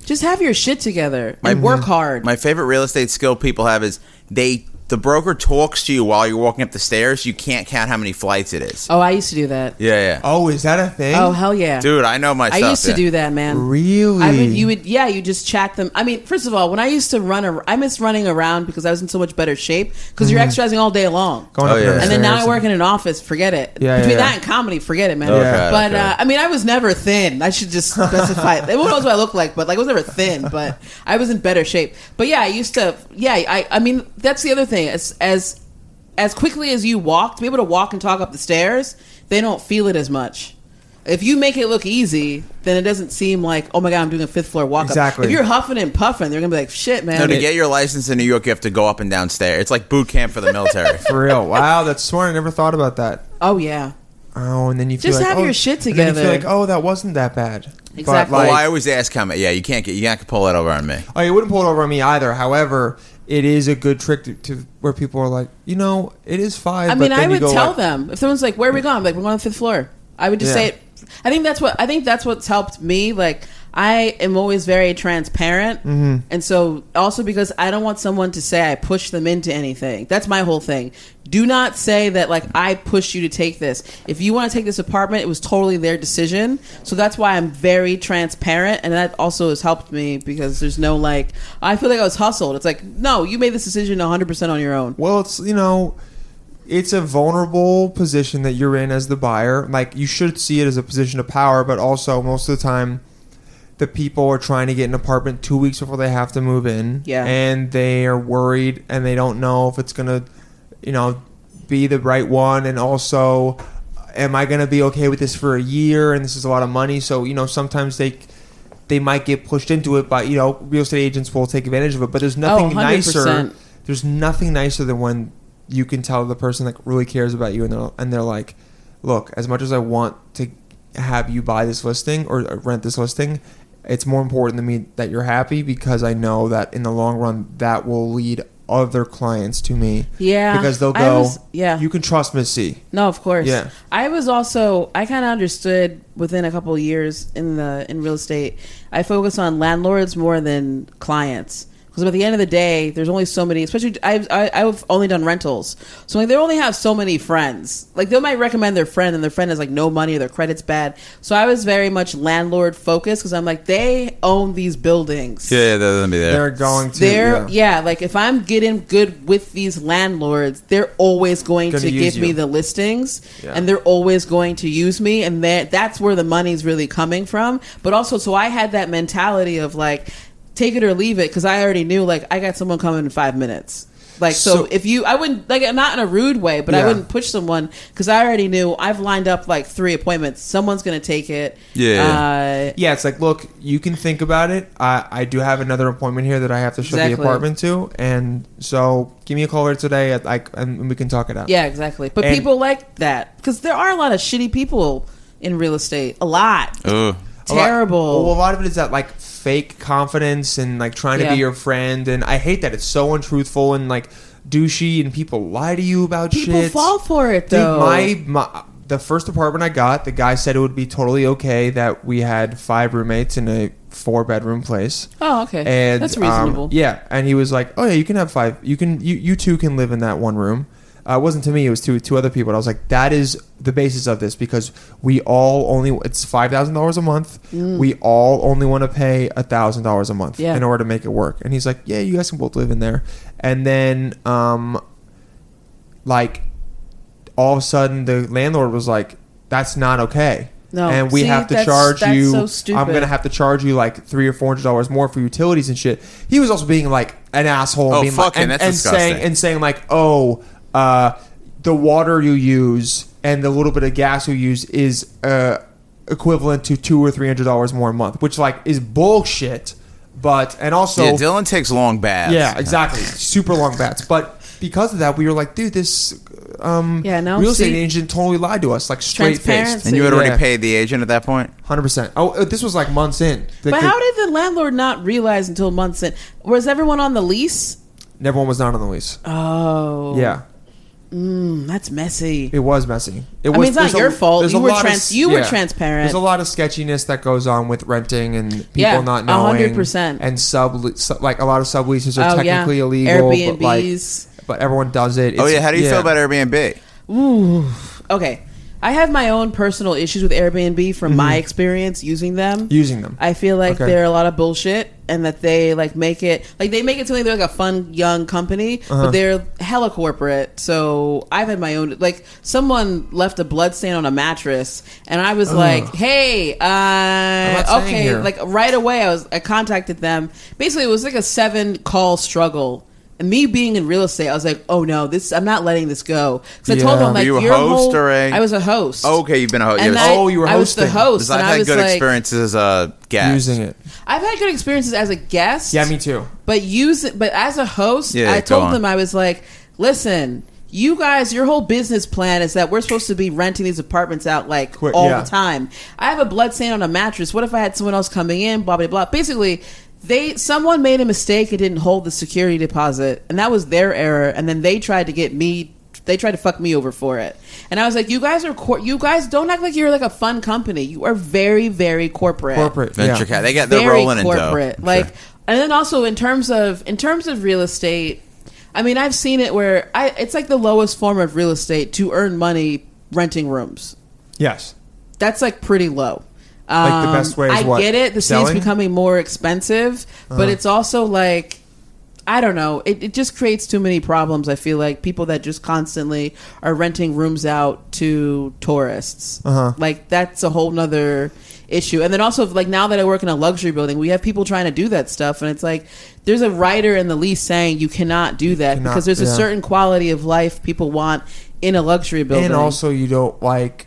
just have your shit together and work hard. My favorite real estate skill people have is they the broker talks to you while you're walking up the stairs. You can't count how many flights it is. oh, I used to do that. Yeah, yeah. oh, is that a thing? Oh hell yeah, Dude, I know my I stuff. used to yeah. do that, man. Really? I would, you would, yeah, you just chat them. I mean, first of all, when I used to run, ar- I miss running around because I was in so much better shape because you're exercising all day long. Mm-hmm. Going Oh, up yeah. the And and then now stairs I work in an office. Forget it. Yeah, yeah, Between yeah. that and comedy, forget it, man. Okay, but okay. Uh, I mean, I was never thin. I should just specify. Everyone knows what I look like, but like I was never thin. But I was in better shape. But yeah, I used to. Yeah, I. I mean, that's the other thing. As as as quickly as you walk, to be able to walk and talk up the stairs, they don't feel it as much. If you make it look easy, then it doesn't seem like, oh my god, I'm doing a fifth floor walk up. Exactly. If you're huffing and puffing, they're gonna be like, shit, man. No, to get your license in New York, you have to go up and down stairs. It's like boot camp for the military. for real. Wow, that's smart. I never thought about that. oh yeah. Oh, and then you feel Just like, have oh, your shit and then you feel together. like, oh, that wasn't that bad. But, Exactly. like- oh, I always ask how many. Yeah, you can't get. You can't pull that over on me. Oh, you wouldn't pull it over on me either. However, it is a good trick to, to where people are like, you know, it is five. I but mean, then I you would go tell like- them if someone's like, "Where are we going?" I'm like, "We're going on the fifth floor." I would just Yeah. say it. I think that's what I think that's what's helped me. Like, I am always very transparent, Mm-hmm. and so also because I don't want someone to say I push them into anything. That's my whole thing. Do not say that like I pushed you to take this. If you want to take this apartment, it was totally their decision. So that's why I'm very transparent, and that also has helped me because there's no like I feel like I was hustled. It's like no, you made this decision 100 percent on your own. Well, it's you know, it's a vulnerable position that you're in as the buyer. Like you should see it as a position of power, but also most of the time, the people are trying to get an apartment two weeks before they have to move in. Yeah. and they are worried and they don't know if it's gonna, you know, be the right one, and also. Am I going to be okay with this for a year? And this is a lot of money, so you know sometimes they they might get pushed into it. But you know, real estate agents will take advantage of it. But there's nothing nicer 100%. there's nothing nicer than when you can tell the person like really cares about you and they're, and they're like look as much as i want to have you buy this listing or uh, rent this listing it's more important to me that you're happy because i know that in the long run that will lead other clients to me Yeah, because they'll I go was- yeah. you can trust miss c No, of course. Yeah. I was also I kind of understood within a couple of years in the in real estate. I focus on landlords more than clients because by the end of the day, there's only so many. Especially I've I, I've only done rentals, so like they only have so many friends. Like they might recommend their friend, and their friend has like no money or their credit's bad. So I was very much landlord focused because I'm like they own these buildings. Yeah, that doesn't be there. they're going to They're yeah. yeah. like if I'm getting good with these landlords, they're always going Gonna to use give me you. the listings, Yeah. and they're always going to use me, and that that's where the money's really coming from. But also, so I had that mentality of like, take it or leave it, because I already knew like I got someone coming in five minutes. Like so, So- if you, I wouldn't like not in a rude way, but Yeah. I wouldn't push someone because I already knew I've lined up like three appointments. Someone's gonna take it. Yeah. Uh, yeah it's like look you can think about it i i do have another appointment here that i have to show the Exactly. apartment to and so give me a call later today at like and we can talk it out Yeah, exactly. But And- people like that because there are a lot of shitty people in real estate. Oh. A lot. Ugh. A lot- Terrible. well, a lot of it is that like fake confidence and like trying to Yeah. be your friend, and I hate that. It's so untruthful and like douchey, and people lie to you about people shit. fall for it Dude, though. my, my the first apartment I got, the guy said it would be totally okay that we had five roommates in a four bedroom place. oh, okay. And That's um, reasonable. yeah, and he was like, "Oh yeah, you can have five. You can you you two can live in that one room." Uh, it wasn't to me; it was to two other people. And I was like, "That is the basis of this because we all only it's five thousand dollars a month. We all only want to pay a thousand dollars a month Mm. Yeah. in order to make it work." And he's like, "Yeah, you guys can both live in there." And then, um, like, all of a sudden, the landlord was like, "That's not okay." No. and we See, have to that's- charge that's you. so I'm stupid. gonna have to charge you like three or four hundred dollars more for utilities and shit. He was also being like an asshole. and Oh, being like, fucking, and, that's and disgusting. saying and saying like, oh, uh, the water you use and the little bit of gas you use is uh, equivalent to two or three hundred dollars more a month, which like is bullshit. But and also yeah, Dylan takes long baths. yeah, exactly. Super long bats. But because of that, we were like, dude, this um, Yeah, no, real estate see- agent totally lied to us, like straight faced. Transparency. And you had already Yeah. paid the agent at that point? 100%. Oh, uh, this was like months in. The- but the- how did the landlord not realize until months in? Was everyone on the lease? Everyone was not on the lease. Oh, Yeah, Mm, that's messy. it was messy. It was, mean, it's not there's your fault. there's You were lot of trans- s- you were transparent. There's a lot of sketchiness that goes on with renting and people Yeah, not a knowing. hundred percent. And sub, sub like a lot of subleases are Oh, yeah. technically illegal, but Airbnbs. like, but everyone does it. Oh, It's- yeah. How do you feel about Airbnb? Okay, I have my own personal issues with Airbnb from my experience using them. Mm-hmm. Using them. I feel like Okay. they're a lot of bullshit and that they like make it like they make it seem like they're like a fun young company, Uh-huh. but they're hella corporate. So I've had my own like someone left a blood stain on a mattress and I was like, Hey, not uh staying okay here. like right away I was I contacted them. Basically it was like a seven call struggle. And me being in real estate, I was like, "Oh no, this! I'm not letting this go." Because I told Yeah. them, Were "Like you a your host whole- or a- I was a host. Oh, okay, you've been a host. And yes. I, Oh, you were I was the hosting. host, I've and I had was good like, experiences uh, as a guest. using it? I've had good experiences as a guest. Yeah, me too. But use it. But as a host, Yeah, I go told on. them I was like, listen. You guys, your whole business plan is that we're supposed to be renting these apartments out like Quick, all yeah. the time. I have a blood stain on a mattress. What if I had someone else coming in? Blah blah blah. Basically, they someone made a mistake and didn't hold the security deposit, and that was their error. And then they tried to get me They tried to fuck me over for it, and I was like, "You guys are cor- you guys don't act like you're like a fun company. You are very very corporate. Corporate. Venture yeah. cap. They got they're very rolling corporate. in dough. Like, Sure. and then also in terms of in terms of real estate, I mean, I've seen it where I it's like the lowest form of real estate to earn money renting rooms. Yes. That's like pretty low. Um, Like the best way is I what? get it. The scene's Selling? Uh-huh. becoming more expensive, but it's also like. I don't know. It, it just creates too many problems. I feel like people that just constantly are renting rooms out to tourists, Uh-huh. like that's a whole nother issue. And then also, like now that I work in a luxury building, we have people trying to do that stuff, and it's like there's a writer in the lease saying you cannot do that cannot- because there's a yeah. certain quality of life people want in a luxury building. And also, you don't like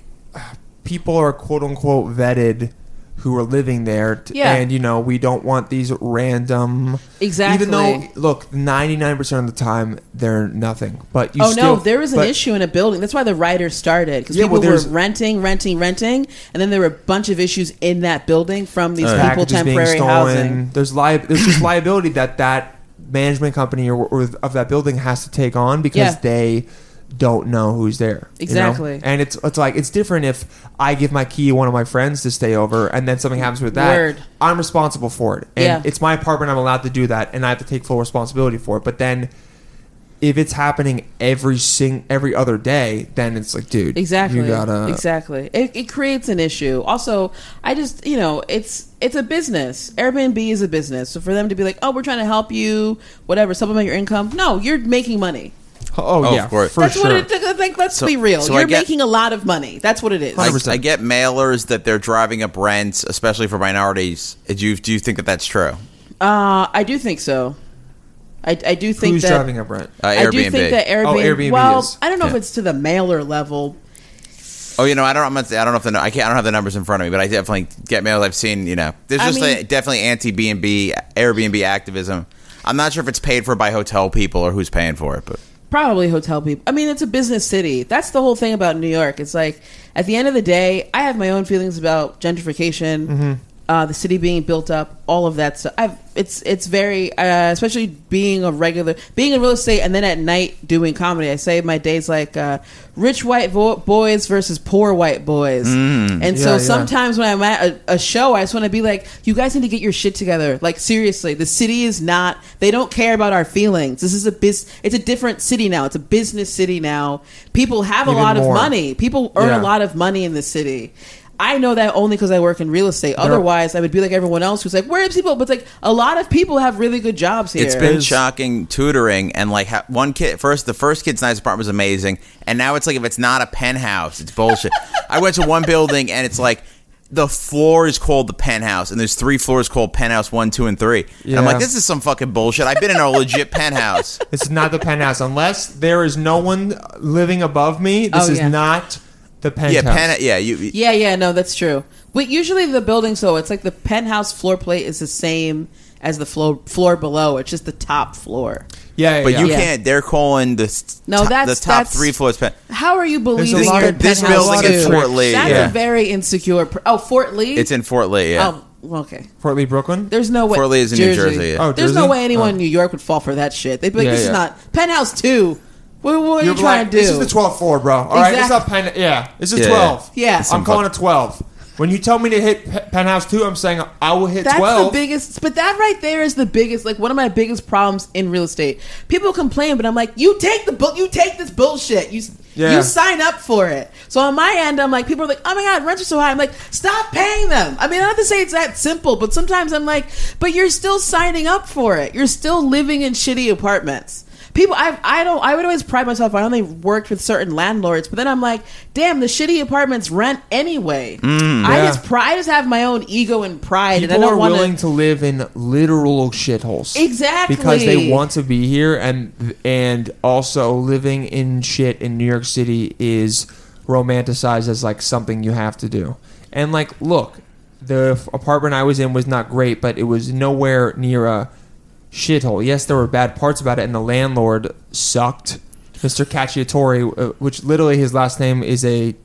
people are quote unquote vetted who are living there. t- Yeah. And, you know, we don't want these random. Even though, Exactly. look, 99% of the time, they're nothing. But you oh still. no, there was an but- issue in a building. That's why the writers started because Yeah, well, people were there's- renting, renting, renting, and then there were a bunch of issues in that building from these people Uh, packages being temporary housing. stolen. There's li- There's just liability that that management company or, or of that building has to take on because Yeah. they don't know who's there. you know? Exactly. And it's it's like it's different if I give my key to one of my friends to stay over and then something happens with that. Word. I'm responsible for it. And Yeah. it's my apartment. I'm allowed to do that, and I have to take full responsibility for it. But then. If it's happening every sing every other day, then it's like, dude, Exactly. you gotta exactly. It, it creates an issue. Also, I just you know it's it's a business. Airbnb is a business. So for them to be like, oh, we're trying to help you, whatever, supplement your income. No, you're making money. Oh, Oh, yeah, of course. for That's sure. what it is. Like, let's So- be real. so I you're get- making a lot of money. That's what it is. I, 100%. I get mailers that they're driving up rents, especially for minorities. Do you, do you think that that's true? Uh, I do think so. I, I do think Who's that driving up rent? Uh, I do think that Airbnb. Oh, Airbnb well, is. I don't know if Yeah. it's to the mailer level. Oh, you know, I don't. I'm not, I don't know if the I can't. I don't have the numbers in front of me, but I definitely get mails. I've seen. You know, there's I just mean- a, definitely anti B and B Airbnb activism. I'm not sure if it's paid for by hotel people or who's paying for it, but Probably hotel people. I mean, it's a business city. That's the whole thing about New York. It's like at the end of the day, I have my own feelings about gentrification, Mm-hmm. uh, the city being built up, all of that stuff. I've, it's it's very, uh, especially being a regular, being in real estate, and then at night doing comedy. I say my days like uh, rich white vo- boys versus poor white boys, and so Yeah, yeah. sometimes when I'm at a, a show, I just want to be like, you guys need to get your shit together. Like seriously, the city is not. They don't care about our feelings. This is a biz. It's a different city now. It's a business city now. People have a Even lot more. of money. People earn Yeah. a lot of money in the city. I know that only because I work in real estate. Otherwise, I would be like everyone else who's like, where are these people? But it's like a lot of people have really good jobs here. It's been shocking tutoring and like ha- one kid first the first kid's nice apartment was amazing and now it's like if it's not a penthouse it's bullshit. I went to one building and it's like the floor is called the penthouse and there's three floors called penthouse 1, 2 and 3. And I'm Yeah. like this is some fucking bullshit. I've been in a legit penthouse. This is not the penthouse. Unless there is no one living above me, this Oh, is yeah. not the penthouse. Yeah, penthouse. yeah, you yeah. Yeah, yeah, no, that's true. But usually the buildings, though, it's like the penthouse floor plate is the same as the floor floor below. It's just the top floor. yeah, yeah, but you yeah. Yeah. can't they're calling the s- No, top- that's- the top that's- 3 floors pen- How are you a believing lot you're of- in this penthouse building two? in Fort Lee, That's yeah. a very insecure. Pr- oh, Fort Lee. It's in Fort Lee, yeah. Oh, well, okay. Fort Lee, Brooklyn. There's no way. Fort Lee is in New Jersey, yeah. Oh, There's no Jersey? way anyone Oh. in New York would fall for that shit. They'd be like, Yeah, "This yeah. is not penthouse two. What, what are you You're trying like, to do?" This is the 12th floor, bro. All right, this is not pen. Yeah, this is Yeah, yeah. 12. Yeah. It's I'm in calling Brooklyn. it 12. When you tell me to hit pe- penthouse two, I'm saying I will hit That's 12. the biggest, but that right there is the biggest, like one of my biggest problems in real estate. People complain, but I'm like, you take the bu- you take this bullshit. You s Yeah. you sign up for it. So on my end, I'm like, people are like, oh my god, rents are so high. I'm like, stop paying them. I mean, I don't have to say it's that simple, but sometimes I'm like, but you're still signing up for it. You're still living in shitty apartments. People, I I don't. I would always pride myself. I only worked with certain landlords, but then I'm like, damn, the shitty apartments rent anyway. I Mm, yeah. just pride. I just have my own ego and pride. and I People don't are wanna- willing to live in literal shitholes. Exactly. Because they want to be here and and also living in shit in New York City is romanticized as like something you have to do. And like look, the f- apartment I was in was not great, but it was nowhere near a shithole. Yes, there were bad parts about it and the landlord sucked. Mr. Cacciatore, uh, which literally his last name is a type-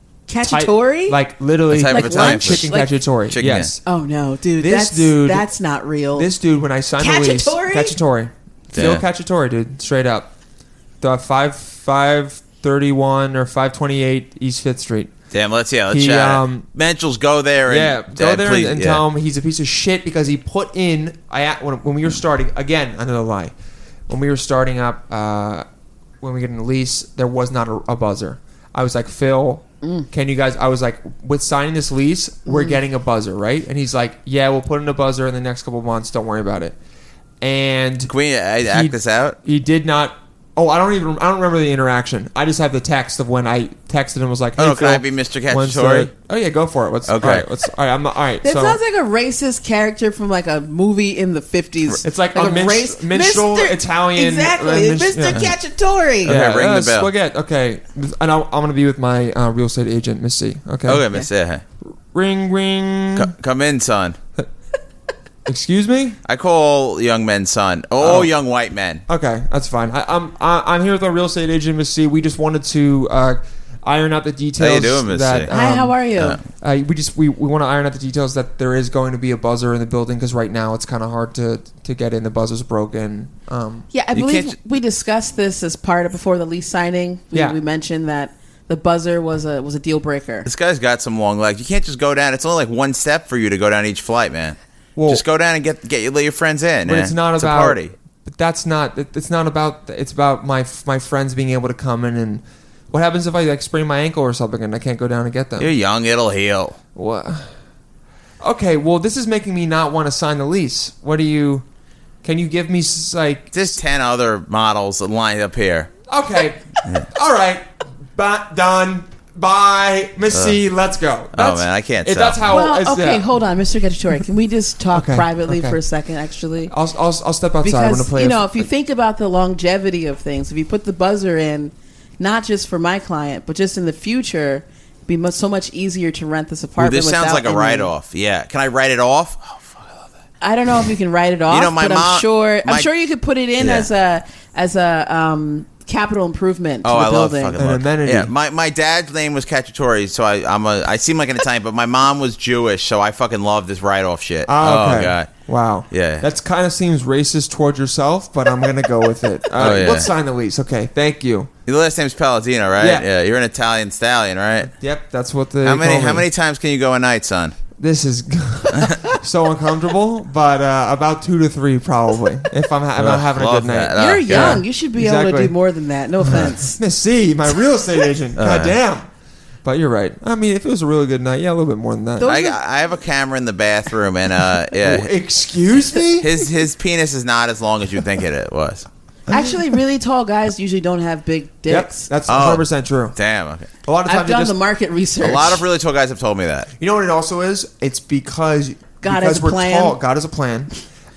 Cacciatore? like literally A type of like Italian food. chicken Like- cacciatore. Chicken, yeah. yes, Oh no, dude! This that's, dude- that's not real. this dude, when I signed the lease, Cacciatore? Cacciatore, Phil Yeah. Cacciatore, dude, straight up, the five five 531 or 528 East Fifth Street. Damn, let's yeah, let's He, chat. um, Menschels, go there. And, Yeah, go and there please- and yeah. tell him he's a piece of shit because he put in. I when, when we were starting again another lie. When we were starting up, uh, when we get in the lease, there was not a, a buzzer. I was like, Phil, can you guys? I was like, with signing this lease, we're getting a buzzer, right? And he's like, Yeah, we'll put in a buzzer in the next couple of months. Don't worry about it. And Can we uh, he- act this out? He did not. Oh, I don't even. I don't remember the interaction. I just have the text of when I texted him. Was like, Oh, "Hey, can I Phil, be Mr. when's Cacciatore?" the- Oh yeah, go for it. What's Okay. okay? All right, let's, all right I'm not, all right. That so, sounds like a racist character from like a movie in the fifties. It's like a minst- minstrel Italian- Exactly, uh, min- yeah. Mr. Cacciatore. Okay, ring the uh, bell. Spaghetti. Okay, and I'll, I'm gonna be with my uh, real estate agent, Miss C. Okay. Okay, Miss yeah. Ring, ring. C- come in, son. Excuse me. I call young men son. Oh, young white men. Okay, that's fine. I, I'm I, I'm here with our real estate agent, Miss C. We just wanted to uh, iron out the details. doing, Miss that, C? Hi, um, how are you? Uh, we just we, we want to iron out the details that there is going to be a buzzer in the building because right now it's kind of hard to to get in. The buzzer's broken. Um, yeah, I you believe can't- we discussed this as part of before the lease signing. We, Yeah. we mentioned that the buzzer was a was a deal breaker. This guy's got some long legs. You can't just go down. It's only like one step for you to go down each flight, man. Well- just go down and get get your, let your friends in. but eh? it's not it's about a party. But that's not. it- It's not about. It's about my my friends being able to come in and. What happens if I like sprain my ankle or something and I can't go down and get them? You're young. It'll heal. What? Okay, well, this is making me not want to sign the lease. What do you? Can you give me s- like? There's ten other models lined up here. Okay, all right, ba- done. Bye, Miss C. Let's go. That's- Uh, oh, man, I can't If sell. that's how. well, oh, it's, okay, yeah. hold on, Mr. Cacciatore. Can we just talk Okay, privately okay. for a second, actually? I'll, I'll, I'll step outside. I'm gonna because play. you a- know if you think about the longevity of things if you put the buzzer in not just for my client but just in the future it'd be much, so much easier to rent this Ooh, apartment this sounds without like a any- write off. Yeah. Can I write it off? Oh, fuck. i don't know if you can write it off know, my but mom- i'm sure my- i'm sure you could put it in Yeah. as a as a um capital improvement to Oh, the I love building fucking An love. amenity. Yeah, my, my dad's name was Cacciatore, so I I'm a I seem like an Italian, but my mom was Jewish, so I fucking love this write off shit. Ah, okay. Oh god. Wow. Yeah. That's kind of seems racist toward yourself, but I'm gonna go with it. Uh, Oh, yeah. Let's sign the lease. Okay. Thank you. Your last name's Palladino, right? Yeah. You're an Italian stallion, right? Yep. That's what the. How many how many times can you go a night, son? This is so uncomfortable, but uh, about two to three probably. If I'm, ha- I'm not Ugh, having a love good night. that. you're Oh, young God. you should be able Exactly. to do more than that no offense Miss C, my real estate Uh. agent. God damn. But you're right. I mean, if it was a really good night, yeah, a little bit more than that. Those I, are- I have a camera in the bathroom, and uh, yeah, Excuse me. his his penis is not as long as you think it was. actually really tall guys usually don't have big Yep, dicks that's Oh. 100 percent true. Damn. Okay. A lot of i've times, it done just, the market research A lot of really tall guys have told me that. you know what it also is. It's because God because has a we're plan. tall. God has a plan.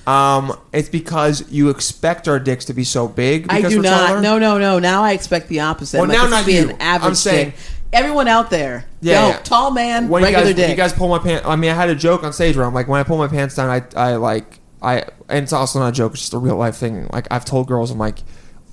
Um, it's because you expect our dicks to be so big. I Because do we're not. Taller. No, no, no. Now I expect the opposite. Well, I'm like, now this not should be you. An average I'm saying- dick. everyone out there. Yeah, yo, yeah. tall man, when regular you guys, dick. When you guys pull my pants. I mean, I had a joke on stage where I'm like, when I pull my pants down, I, I like, I, and it's also not a joke. It's just a real life thing. Like I've told girls, I'm like,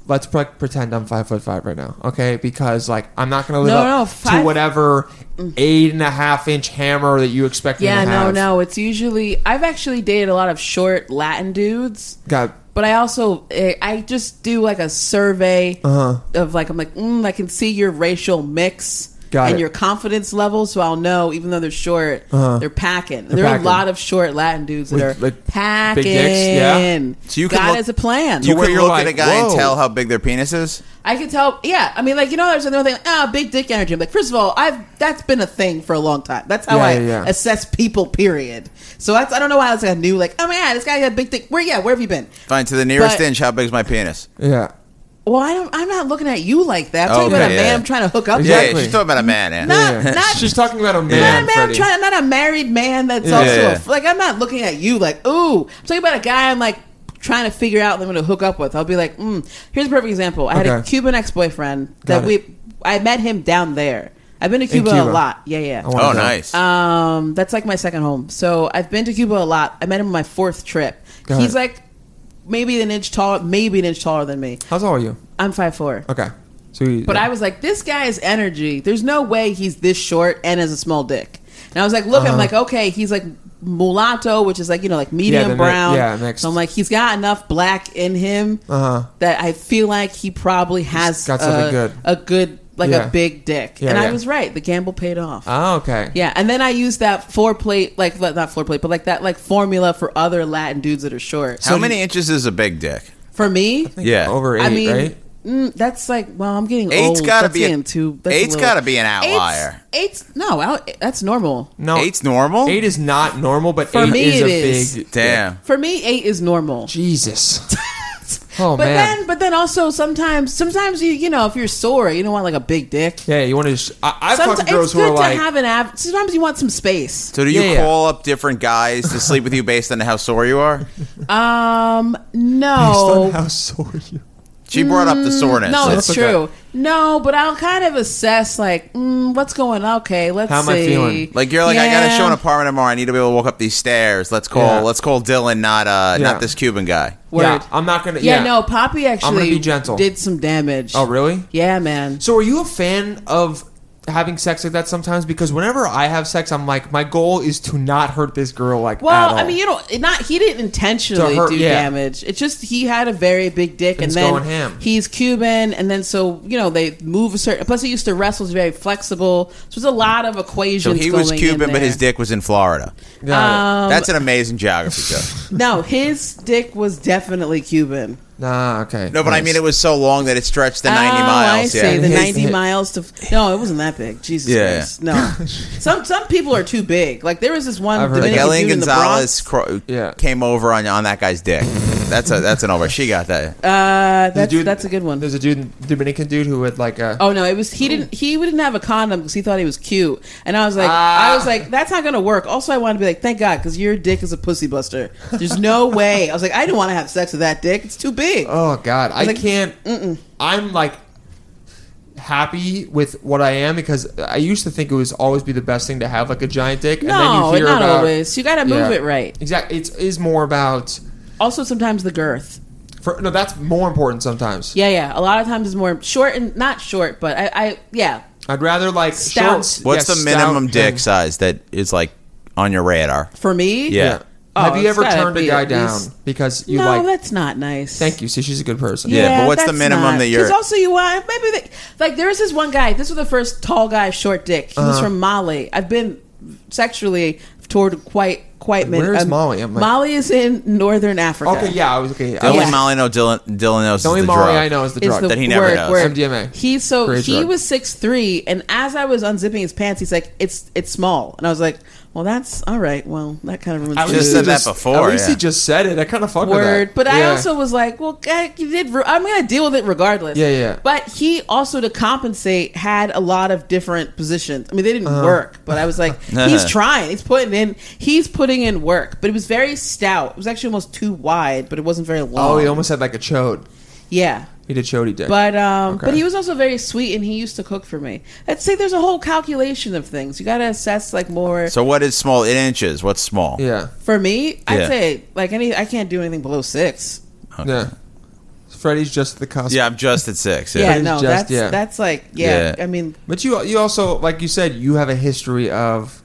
let's pre- pretend I'm five foot five right now, okay? Because like I'm not gonna live No, up no, to five- Mm. whatever eight and a half inch hammer that you expect me yeah, to no, have. no. It's usually I've actually dated a lot of short Latin dudes. God, But I also eh, I just do like a survey Uh-huh. of like I'm like mm, I can see your racial mix Got and it. Uh-huh. your confidence level, so I'll know even though they're short, they're packing. there are a packing. lot of short Latin dudes that With, are like, packing. big dicks, yeah. So you can God look- has a plan. You where could you're look like, at a guy whoa. and tell how big their penis is. I can tell. Yeah, I mean, like you know, there's another thing. Ah, big dick energy. I'm like, first of all, I've that's been a thing for a long time. That's how Yeah, I yeah, yeah. assess people. Period. So that's I don't know why I was like I knew like oh my god, this guy got a big dick. Where yeah, where have you been? Fine. To the nearest But- inch, how big's my penis? yeah. Well, I don't. I'm not looking at you like that. I'm talking Oh, Okay, about a yeah. man I'm trying to hook up. Yeah, Exactly. Yeah, she's talking about a man. Yeah. Not- yeah. not- She's talking about a with. man. I'm, not a man I'm Freddie. trying. I'm not a married man. That's Yeah. also a Yeah, yeah. f like I'm not looking at you like ooh. I'm talking about a guy. I'm like trying to figure out that I'm going to hook up with. I'll be like, mm. here's a perfect example. I had a Okay. Cuban ex boyfriend Got that it. we. I met him down there. I've been to Cuba, Cuba. a lot. Yeah, yeah. I wanna Oh, go. nice. Um, that's like my second home. So I've been to Cuba a lot. I met him on my fourth trip. Got He's it. like maybe an inch taller, maybe an inch taller than me. How tall are you? I'm five four. Okay. So, you, But I was like, this guy's energy. There's no way he's this short and has a small dick. And I was like, look, Uh-huh. I'm like, okay, he's like mulatto, which is like you know, like medium the mi- brown. yeah, mixed. So I'm like, he's got enough black in him Uh-huh. that I feel like he probably has got a, something good. a good like Yeah. a big dick, Yeah, and yeah. I was right. The gamble paid off. Oh, okay. Yeah, and then I used that four plate, like well, not four plate, but like that like formula for other Latin dudes that are short. How many inches is a big dick? for me? I think Yeah. Over eight, I mean, right? mm, that's like well, I'm getting Eight's old. gotta Oh, that's be a- getting too. That's a eight's little- gotta be an outlier. Eight's, eight's no, out, that's normal. No. Eight's normal. Eight is not normal, but For eight me, is a it is. big. Damn. For me, eight is normal. Jesus. oh, But man. then, but then also sometimes, sometimes you you know if you're sore, you don't want like a big dick. yeah, you want to. Sh- I- I've Sometimes talked to girls it's who are good to like. have an av- Sometimes you want some space. So do you Yeah, yeah. call up different guys to sleep with you based on how sore you are? Um, no, how sore you She brought up the soreness. Mm, no, That's- it's true. No, but I'll kind of assess like mm, what's going. Okay, let's How am see. I feeling? like you're like I gotta Yeah. show an apartment tomorrow. I need to be able to walk up these stairs. Let's call. Yeah. Let's call Dylan, not uh, Yeah. not this Cuban guy. Word. Yeah, I'm not gonna. Yeah, no, Poppy actually be gentle. did some damage. Oh, really? Yeah, man. So, are you a fan of having sex like that sometimes? Because whenever I have sex, I'm like, my goal is to not hurt this girl. Like, at Well, all. I mean, you know, it not he didn't intentionally To her- do yeah. damage. It's just he had a very big dick, and It's then going ham. he's Cuban, and then so you know they move a certain. Plus, he used to wrestle; he's very flexible. So there's a lot of equations. So he was going in Cuban, but his there. Um, dick was in Florida. uh, Got it. That's an amazing geography joke. No, his dick was definitely Cuban. nah, okay. No, but I Nice. mean it was so long that it stretched the 90 Oh, miles. I yeah. see. The His- ninety his- miles to no, it wasn't that big. Jesus Yeah. Christ, no. some some people are too big. Like there was this one I've heard Like Dominican Dominican Ellen dude in the Bronx. Gonzalez cro- Yeah. came over on on that guy's dick. That's a that's an over. She got that. Uh, There's that's that's a good one. There's a dude, Dominican dude, who would like uh, a. Oh no, it was he didn't he didn't have a condom because he thought he was cute, and I was like Ah. I was like that's not gonna work. Also, I wanted to be like thank God because your dick is a pussy buster. There's no way. I was like I didn't want to have sex with that dick. It's too big. Oh God, I like, can't. I'm like happy with what I am because I used to think it was always be the best thing to have like a giant dick. and then no, you hear not about, always. You gotta move Yeah. it right. Exactly. It's is more about. Also, sometimes the girth. For, no, that's more important sometimes. Yeah, yeah. A lot of times it's more short and not short, but I, I yeah. I'd rather like Stout. short. What's yeah, the stout minimum dick than- size that is like on your radar? For me, Yeah. Yeah. Oh, Have you it's ever gotta turned a be guy at down least- because you no, like? that's not nice. Thank you. See, she's a good person. Yeah. but what's the minimum that you're- Because also you want maybe they, like there was this one guy. This was the first tall guy, short dick. He Uh-huh. was from Mali. I've been sexually toward quite quite many. Where's Mali? I'm like- Mali is in northern Africa. Okay. Yeah. I was okay. The only Yeah. Molly know Dylan, Dylan knows The only is the Molly drug. I know is the Is drug. the That he never word- does. word. MDMA. He so Great he drug. was six three, and as I was unzipping his pants, he's like, "It's it's small," and I was like, "Well, that's all right. Well, that kind of ruins." At the least just he mood. said that before, At least he yeah. just said it. I kind of fuck with word. that. But I Yeah. also was like, well, eh, you did. re- I'm gonna deal with it regardless. Yeah, yeah. But he also to compensate had a lot of different positions. I mean, they didn't Uh-huh. work, but I was like, he's trying. He's putting in. He's putting in work. But it was very stout. It was actually almost too wide, but it wasn't very long. Oh, he almost had like a chode. yeah. He did chody dick. Um, But um, Okay. but he was also very sweet, and he used to cook for me. I'd say there's a whole calculation of things. You got to assess like more. So what is small in inches? What's small? yeah, for me, I'd Yeah. say like any. I can't do anything below six. yeah. Freddy's just the cusp. Yeah, I'm just at six. Yeah, It's no, just- that's yeah. that's like yeah, Yeah. I mean, But you you also like you said you have a history of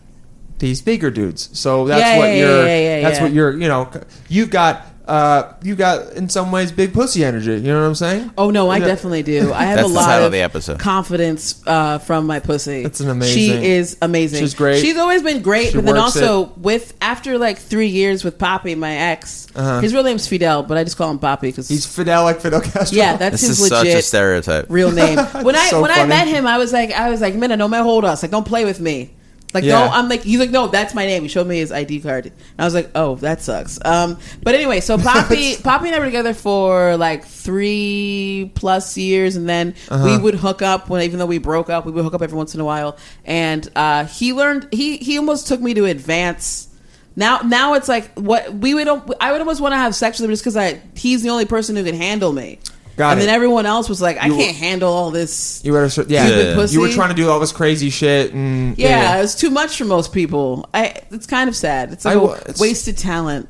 these bigger dudes. So that's Yeah, what yeah, you're. yeah, yeah, yeah, that's yeah. what you're. You know, you've got. Uh, you got in some ways big pussy energy. You know what I'm saying? oh no, I Yeah. definitely do. I have That's a the lot title of, of the episode. confidence uh, from my pussy. That's an amazing- She is amazing. She's great. She's always been great, She but then works also with after like three years with Poppy, my ex. Uh-huh. His real name's Fidel, but I just call him Poppy because He's Fidel like Fidel Castro. yeah, that's This is his legit. such a stereotype. real name. When I So when I funny. met him, I was like, I was like, man, no man, hold us. Like, don't play with me. Like, Yeah. no, I'm like, he's like, no, that's my name. He showed me his ID card, and I was like, oh, that sucks. Um, but anyway, so Poppy, Poppy and I were together for like three plus years, and then Uh-huh. we would hook up when, even though we broke up, we would hook up every once in a while. And uh, he learned he he almost took me to advance. Now, now it's like what we would. I would almost want to have sex with him just because I he's the only person who can handle me. Got and it. then everyone else was like, I You- can't handle all this. You were a, yeah. Stupid pussy. You were trying to do all this crazy shit and yeah, it's too much for most people. I it's kind of sad. It's like I a wa- it's- wasted talent.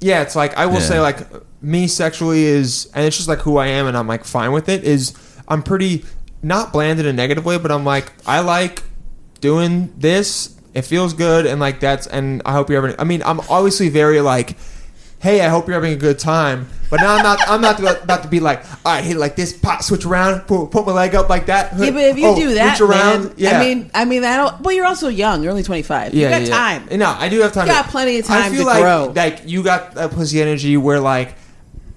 yeah it's like i will Yeah. say like me sexually is and it's just like who i am and i'm like fine with it is i'm pretty not bland in a negative way but i'm like i like doing this it feels good and like that's and i hope you're having i mean i'm obviously very like hey i hope you're having a good time But now I'm not. I'm not about to be like, all right, hit it like this, pop, switch around, put, put my leg up like that. Yeah, but if you oh, do that, reach around. man, yeah. I mean, I mean, I don't. Well, you're also young. You're only 25. you got time. No, I do have time. You got plenty of I time feel to like, grow. Like you got that pussy energy where like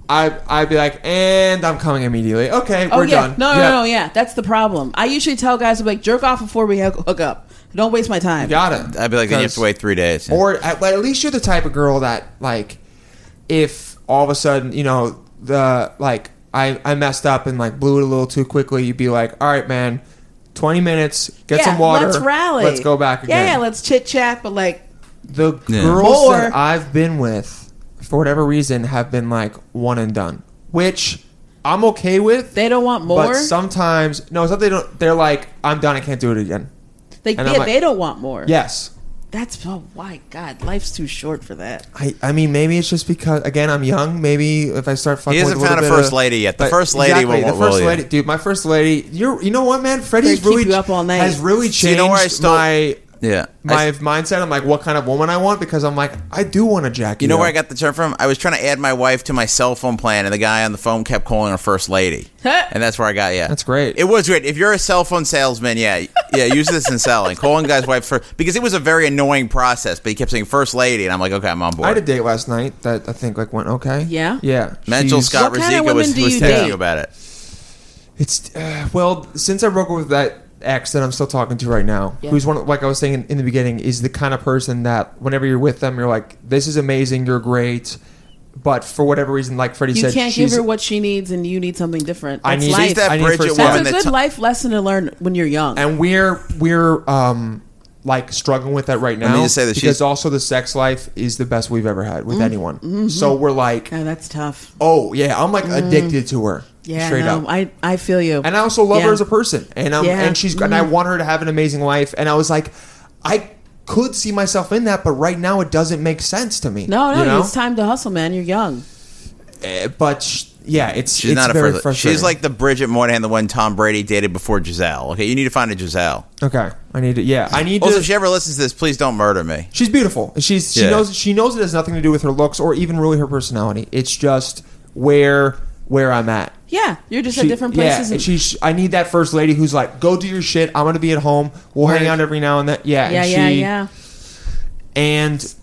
I I'd be like, and I'm coming immediately. Okay, Oh we're yeah, done. no, no, no, yeah. That's the problem. I usually tell guys, I'm like, jerk off before we hook hook up. Don't waste my time. Got it. I'd be like, then you have to wait three days. Or at, but at least you're the type of girl that like, if all of a sudden you know the like I I messed up and like blew it a little too quickly, you'd be like, all right, man, twenty minutes, get Yeah, some water, Let's rally. let's go back again. Yeah, let's chit chat. But like, the Yeah. girls More- that I've been with, for whatever reason, have been like one and done, which I'm okay with. they don't want more. But sometimes, no, sometimes they don't. They're like, I'm done. I can't do it again. they, and yeah, I'm like- they don't want more. Yes, That's oh my god, life's too short for that. I. I mean, maybe it's just because again, I'm young. Maybe if I start fucking, He hasn't with found a little bit first of- lady yet. The but- first lady exactly, will- the first will, yeah. lady, dude. My first lady. You're, you know what, man? Freddie's They keep really you up all night. has really changed So you know where I still- my yeah. my I- mindset. I'm like, what kind of woman I want because I'm like, I do want a jack. you know where I got the term from? I was trying to add my wife to my cell phone plan, and the guy on the phone kept calling her first lady, and that's where I got yeah. That's great. It was great. If you're a cell phone salesman, yeah, yeah, use this in selling. Calling guys' wife first because it was a very annoying process. But he kept saying first lady, and I'm like, okay, I'm on board. I had a date last night that I think like went okay. Yeah? Yeah. Mental She's- Scott What kind of Rosica was, women do was you texting date? you about it. It's uh, well, since I broke up with that ex that I'm still talking to right now, Yeah. who's one of, like I was saying in, in the beginning, is the kind of person that whenever you're with them, you're like, "This is amazing, you're great," but for whatever reason, like Freddie You said, can't she's, give her what she needs, and you need something different. I That's need, life. She's that I need Bridget first- woman That's a that good t- life lesson to learn when you're young. and we're we're um like struggling with that right now. me just say that she's- because also the sex life is the best we've ever had with Mm-hmm. anyone. So we're like, God, that's tough. oh yeah, I'm like addicted to her. Mm-hmm. Yeah, straight no, up. I I feel you. and I also love her Yeah. as a person, and I'm, Yeah. Mm-hmm. and she's and I want her to have an amazing life. And I was like, I could see myself in that, but right now it doesn't make sense to me. No, no, you know? it's time to hustle, man. You're young. Eh, But sh- yeah, it's She's it's not a very first. frustrating. She's like the Bridget Moynihan, the one Tom Brady dated before Giselle. Okay, you need to find a Giselle. okay, I need to yeah, I need Also, to. if she ever listens to this, please don't murder me. she's beautiful. She's she Yeah. knows she knows it has nothing to do with her looks or even really her personality. It's just where where I'm at. Yeah, you're just She- at different yeah, places. and she's. I need that first lady who's like, "Go do your shit. I'm gonna be at home. We'll hang out every now and then." Yeah, yeah, and yeah, she, yeah. and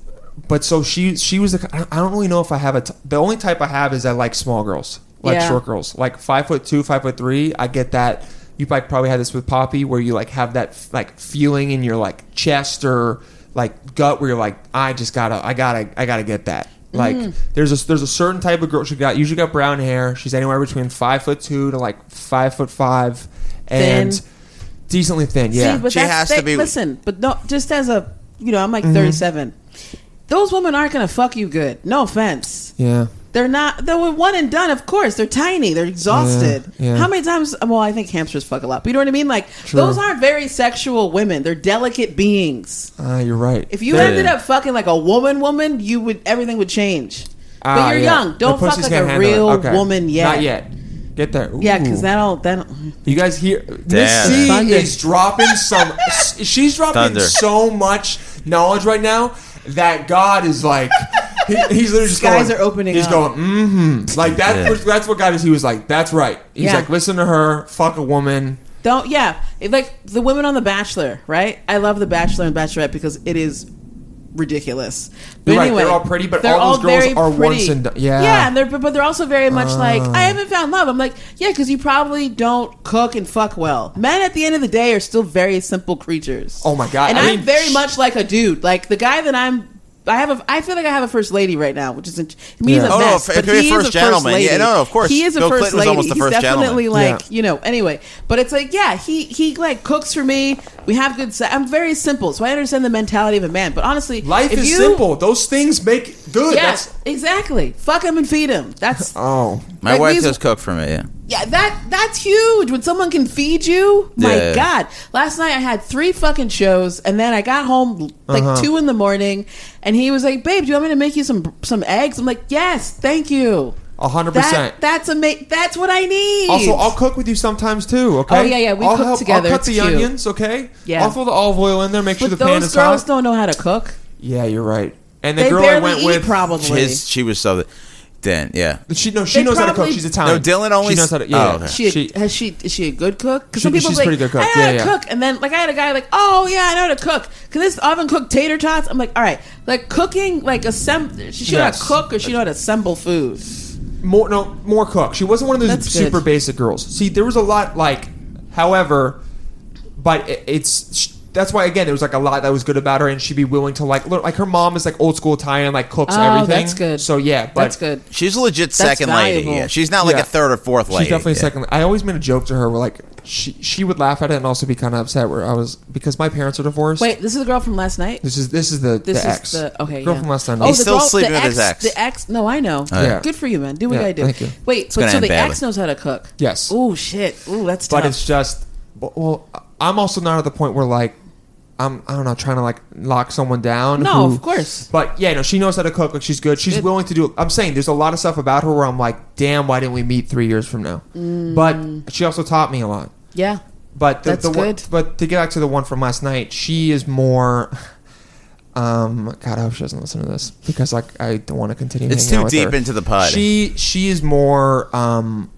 but so she she was the I don't- I don't really know if I have a t- the only type I have is I like small girls like Yeah. short girls like five foot two five foot three I get that you like probably had this with Poppy where you like have that like feeling in your like chest or like gut where you're like I just gotta I gotta I gotta get that like Mm-hmm. there's a there's a certain type of girl she got usually got brown hair she's anywhere between five foot two to like five foot five and Thin. decently thin yeah See, but She that's, has they- to be- Listen, but no, just as a you know, I'm Mm-hmm. like 37. Those women aren't gonna fuck you good. No offense. yeah They're not. They were one and done. Of course, they're tiny. They're exhausted. Yeah, yeah. How many times? Well, I think hamsters fuck a lot. But you know what I mean? Like True. those aren't very sexual women. They're delicate beings. Ah, you're right If you There- ended up fucking like a woman, woman, you would everything would change. Ah, but you're yeah. young. Don't The fuck pussy's like gonna a handle it. real Okay. woman yet. Not yet. Get there. Ooh. Yeah, because that'll that. you guys hear Miss Damn. C Thunder. is dropping some. s- she's dropping Thunder. so much knowledge right now that God is like. He, he's literally just Skies going, are opening He's up. going, mm-hmm. Like that. That's what God is. He was like, that's right. He's Yeah. like, listen to her. Fuck a woman. Don't yeah, It- like the women on The Bachelor, right? I love The Bachelor and Bachelorette because it is ridiculous. But You're right, anyway, they're all pretty, but all those girls very are once and done- yeah. Uh. yeah, and they're but but they're also very much like I haven't found love. I'm like yeah, because you probably don't cook and fuck well. Men at the end of the day are still very simple creatures. Oh my God, And I I am mean, very sh- much like a dude, like the guy that I'm. I have a. I feel like I have a first lady right now, which isn't. He's Yeah. a Oh, no, mess, it but could be a he is first a first gentleman. lady. Yeah, no, no, of course. He is a Bill first Clinton was lady. almost the He's first gentleman. definitely like Yeah. you know. Anyway, but it's like yeah, he he like cooks for me. We have good. Se- I'm very simple, so I understand the mentality of a man. But honestly, Life if is you- simple. Those things make good. Yes, That's, exactly. Fuck him and feed him. That's oh, Uh, My Like, wife these- does cook for me. Yeah. yeah, that that's huge. When someone can feed you, my Yeah. God. Last night I had three fucking shows, and then I got home like Uh-huh. two in the morning, and he was like, "Babe, do you want me to make you some some eggs?" I'm like, "Yes, thank you." a hundred percent. That, that's ama- That's what I need. Also, I'll cook with you sometimes too. Okay. Oh, yeah, yeah, we I'll cook together, I'll cut it's the cute. onions. Okay. Yeah. I'll throw the olive oil in there. Make sure but the pan those is girls hot. don't know how to cook. Yeah, you're right. And the They girl I barely went eat, with probably. His, she was so. Dan, yeah. She no, she They knows how to cook. probably- She's Italian. No, Dylan only She knows s- how to. Yeah, Oh, okay. She, she, has she is she a good cook? Because She- some people she's be like, pretty good cook. I know how Yeah, to yeah. cook, and then like I had a guy like, oh yeah, I know how to cook. Because this oven cooked tater tots. I'm like, all right, like cooking, like assemble. She should Yes. not cook, or she know how to assemble food. more no more cook. She wasn't one of those That's good. super basic girls. See, there was a lot like, however, but it, it's sh- that's why again there was like a lot that was good about her, and she'd be willing to like learn. Like her mom is like old school Italian, like cooks Oh, everything. that's good. So yeah, but That's good. She's a legit second lady. valuable. Yeah, she's not like Yeah. a third or fourth lady. She's definitely yeah. second. I always made a joke to her where like she she would laugh at it and also be kind of upset where I was because my parents are divorced. Wait, this is the girl from last night. this is this is the This the is ex. the okay girl yeah. from last night. Oh, He's the still girl- sleeping the with his ex. Oh, The ex. No, I know. yeah. Good for you, man. Do what Yeah, you gotta do. thank you. Wait, but gonna so end the badly. ex knows how to cook. Yes. Oh shit. Ooh, that's tough. but it's just well i'm also not at the point where like i'm i don't know trying to like lock someone down No, of course. but yeah no she knows how to cook like she's good she's Good. willing to do i'm saying there's a lot of stuff about her where i'm like damn why didn't we meet three years from now Mm. but she also taught me a lot yeah. but the, That's the one, good. but to get back to the one from last night she is more um god i hope she doesn't listen to this because like i don't want to continue It's hanging too out with deep her. into the pod. she she is more um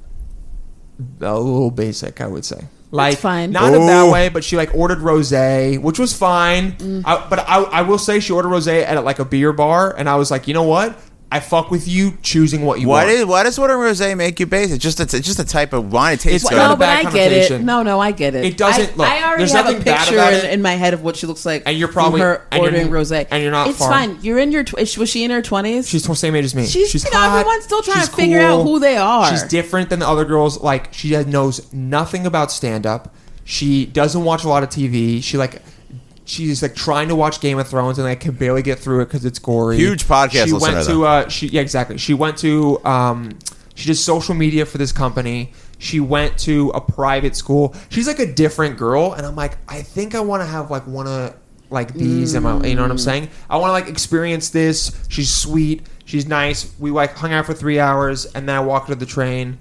a little basic, I would say. Like fine. not in that Ooh. way, but she like ordered rosé, which was fine. Mm. I, but I, I will say she ordered rosé at like a beer bar, and I was like, you know what? I fuck with you choosing what you Why want. did why does water and rosé make you basic? It's just a, it's just a type of wine. It tastes It's good. not No, a but bad I get it. connotation. No, no, I get it. It doesn't- I, look, I already there's have nothing a bad picture about in, it. in my head of what she looks like. And you're from probably- her and you're- ordering rosé. and you're not It's far. fine. You're in your. Tw- is- was she in her twenties? She's the same age as me. She's- she's you know, hot, everyone's still trying to she's figure out cool, who they are. She's different than the other girls. Like she knows nothing about stand up. She doesn't watch a lot of TV. She like she's like trying to watch Game of Thrones and like can barely get through it because it's gory. Huge podcast She listener, went to though. uh she yeah exactly. She went to um she did social media for this company. She went to a private school. She's like a different girl, and I'm like, I think I want to have like one of like these in my, you know what Mm. I'm saying? I want to like experience this. She's sweet. She's nice. We like hung out for three hours, and then I walked her to the train,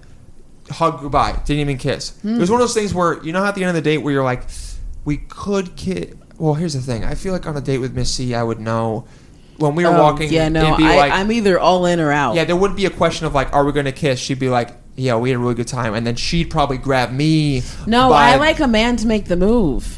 hug goodbye, didn't even kiss. Hmm. It was one of those things where you know how at the end of the date where you're like, we could kiss. Well, here's the thing. I feel like on a date with Miss C, I would know when we were Oh, walking. Yeah, no, it'd be I, like, I'm either all in or out. yeah, there wouldn't be a question of like, are we going to kiss? She'd be like, yeah, we had a really good time, and then she'd probably grab me. no, by- I like a man to make the move.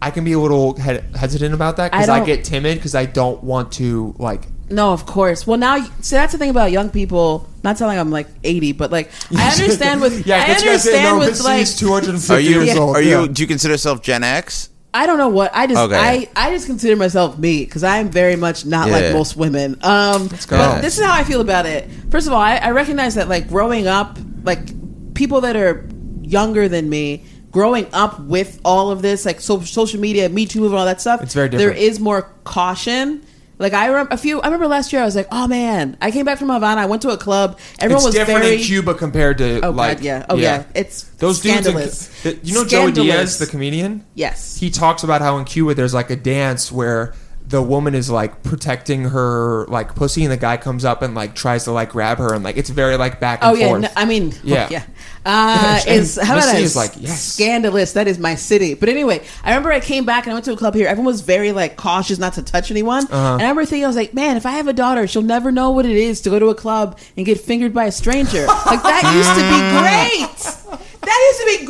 I can be a little he- hesitant about that because I I, don't- get timid because I don't want to like. No, of course. Well, now, so that's the thing about young people. Not telling I'm like 80, but like I understand with I but you guys say, understand no, with Miss C like is 250 Are you years old. are yeah. you do you consider yourself Gen X? I don't know what I just Okay. I, I just consider myself me because I am very much not Yeah. like most women. Um, go. but this is how I feel about it. First of all, I, I recognize that like growing up, like people that are younger than me, growing up with all of this, like so, social media, Me Too, and all that stuff, It's very There different. is more caution. Like I remember a few. I remember last year. I was like, "Oh man!" I came back from Havana. I went to a club. Everyone It's was different very in Cuba compared to Oh like god, yeah. Oh yeah, it's Those scandalous. dudes, in, Cu- you know, Joey Scandalous. Diaz, the comedian. yes, he talks about how in Cuba there's like a dance where the woman is like protecting her like pussy and the guy comes up and like tries to like grab her and like it's very like back and Oh yeah, forth. no, I mean, Yeah. yeah, yeah. Uh, And is how Miss about C I- is like, yes. scandalous? That is my city. But anyway, I remember I came back and I went to a club here. Everyone was very like cautious not to touch anyone. And I remember thinking, I was like, man, if I have a daughter, she'll never know what it is to go to a club and get fingered by a stranger. like that used to be great. That used to be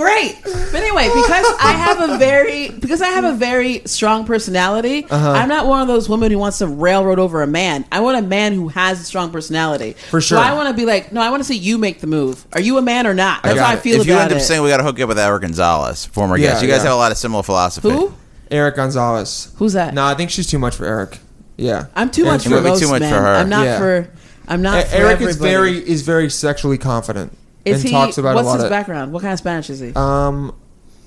great. But anyway, because I have a very because I have a very strong personality, I'm not one of those women who wants to railroad over a man. I want a man who has a strong personality. For So sure. I want to be like, no, I want to see you make the move. Are you a man or not? That's got how I it. feel if about you end up it. saying we got to hook you up with Eric Gonzalez, former Yeah, guest, you guys yeah. have a lot of similar philosophy. who? Eric Gonzalez. Who's that? No, I think she's too much for Eric. Yeah, I'm too Eric's much for might be most too much men. for her. I'm not Yeah. for. I'm not. E- for Eric everybody. is very is very sexually confident Is and he? talks about what's a lot his of. background? What kind of Spanish is he? Um,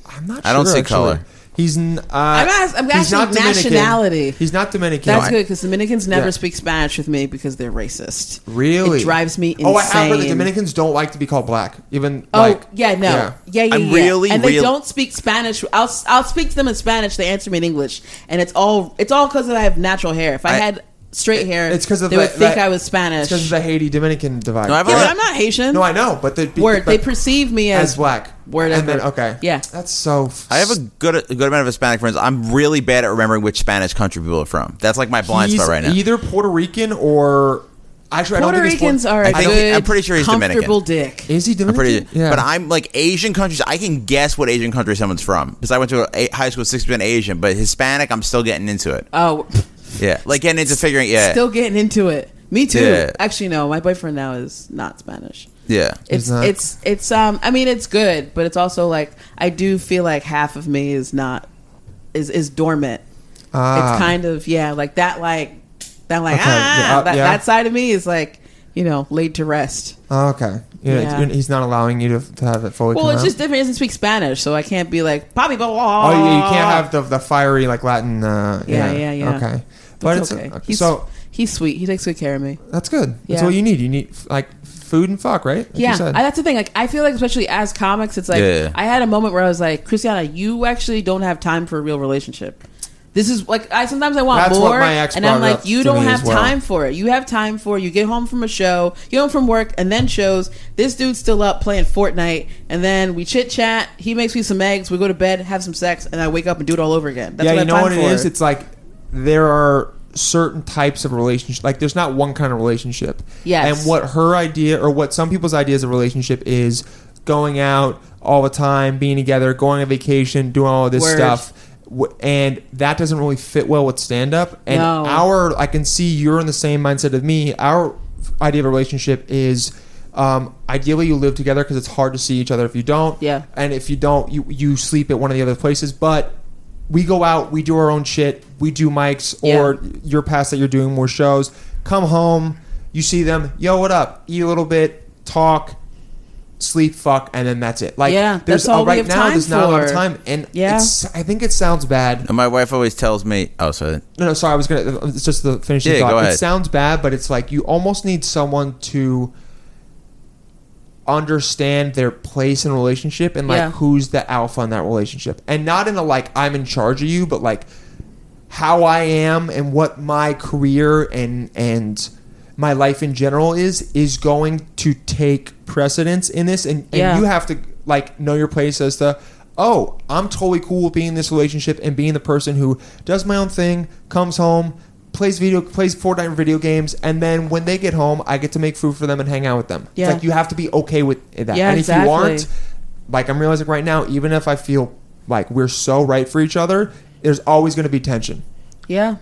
I'm not. I don't sure, see actually. color. He's. n- Uh, ask- I'm he's not asking Dominican. nationality. He's not Dominican. That's I- good because Dominicans never Yeah. speak Spanish with me because they're racist. Really it drives me insane. Oh, I have heard that Dominicans don't like to be called black. Even Oh like yeah, no, yeah, yeah, yeah. I'm really, and they real- don't speak Spanish. I'll I'll speak to them in Spanish. They answer me in English, and it's all it's all because I have natural hair. If I, I- had straight hair, It's because of they the, would think that- I was Spanish. It's because of the Haiti Dominican divide. No, I've yeah, heard- but I'm not Haitian. No, I know, but the Word, they but- perceive me as, as black. Word, and then effort. okay, Yeah. that's so. f- I have a good a good amount of Hispanic friends. I'm really bad at remembering which Spanish country people are from. That's like my blind he's spot right now. Either Puerto Rican or Actually, I Puerto don't think it's Puerto- Ricans are a I think he- good, I'm pretty sure he's comfortable Dominican. dick. Is he I'm Dominican? pretty, But I'm like Asian countries. I can guess what Asian country someone's from because I went to a high school six percent Asian, but Hispanic, I'm still getting into it. Oh, Yeah, like getting into figuring. Eh. Yeah, still getting into it. Me too. Yeah. Actually, no. My boyfriend now is not Spanish. yeah. It's He's not? it's it's um. I mean, it's good, but it's also like I do feel like half of me is not is is dormant. Ah. It's kind of yeah, like that like that like Okay, ah yeah, uh, that, yeah. that side of me is like you know laid to rest. Oh, okay. Yeah, Yeah. you're- he's not allowing you to, to have it fully. Well, come it's out? just different. He doesn't speak Spanish, so I can't be like Bobby. Blah, Oh, you, you can't have the the fiery like Latin. Uh, Yeah, yeah, yeah. Okay, But but it's okay. it's okay. He's, so he's sweet. He takes good care of me. that's good. That's Yeah. all you need. You need f- like food and fuck, right? Like you yeah, said. I, that's the thing. Like, I feel like especially as comics, it's like Yeah. I had a moment where I was like, Christiana, you actually don't have time for a real relationship. This is like I sometimes I want That's what more, my ex and I'm brought like, up you to don't me have as well. time for it. You have time for you get home from a show, you get home from work, and then shows. This dude's still up playing Fortnite, and then we chit chat. He makes me some eggs. We go to bed, have some sex, and I wake up and do it all over again. That's yeah, what you I know plan what it for. is. It's like there are certain types of relationship. Like there's not one kind of relationship. Yes. And what her idea or what some people's ideas of relationship is going out all the time, being together, going on vacation, doing all of this Word. stuff. W- And that doesn't really fit well with stand up. And No. our, I can see you're in the same mindset of me. Our f- idea of a relationship is um, ideally you live together because it's hard to see each other if you don't. Yeah. And if you don't, you you sleep at one of the other places. But we go out, we do our own shit, we do mics or your past that you're doing more shows. Come home, you see them, yo, what up? Eat a little bit, talk, sleep, fuck, and then that's it. Like Yeah, there's that's all uh, we right have now time there's not a lot of for. time. And Yeah. it's I think it sounds bad. And my wife always tells me, "Oh, sorry, No, no, sorry. I was gonna. It's just the finishing Yeah, thought. go It ahead. sounds bad, but it's like you almost need someone to understand their place in a relationship and like Yeah. who's the alpha in that relationship, and not in a like I'm in charge of you, but like how I am and what my career and and my life in general is is going to take precedence in this, and, and Yeah. you have to like know your place as the oh I'm totally cool with being in this relationship and being the person who does my own thing, comes home, plays video plays Fortnite video games, and then when they get home, I get to make food for them and hang out with them. Yeah. It's like you have to be okay with that, Yeah, and if you aren't, exactly. like I'm realizing right now, even if I feel like we're so right for each other, there's always going to be tension. yeah,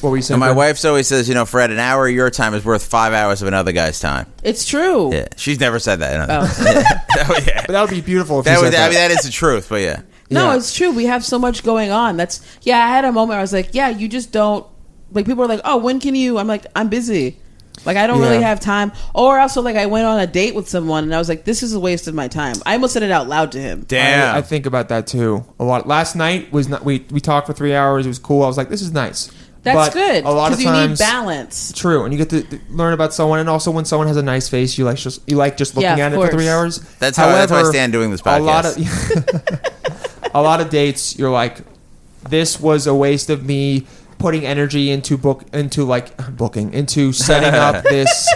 What were you saying? And my Fred? wife's always says, you know, Fred, an hour of your time is worth five hours of another guy's time. Oh. it's true. Yeah, she's never said that. another- Oh. Oh, yeah. But that would be beautiful if That you was, said that. I mean, that is the truth. But yeah, No, Yeah. it's true. We have so much going on. That's yeah. I had a moment where I was like, yeah, you just don't like. People are like, oh, when can you? I'm like, I'm busy. Like I don't really Yeah. have time. Or also like I went on a date with someone and I was like, this is a waste of my time. I almost said it out loud to him. damn. I, I think about that too a lot. Last night was not. We we talked for three hours. It was cool. I was like, this is nice. That's But good. A lot of you times, need balance. true, and you get to th- learn about someone, and also when someone has a nice face, you like just you like just looking Yeah, at of it for three course. hours. That's how- that's how I However, stand doing this A lot of a lot of dates, you're like, this was a waste of me putting energy into book into like booking into setting up this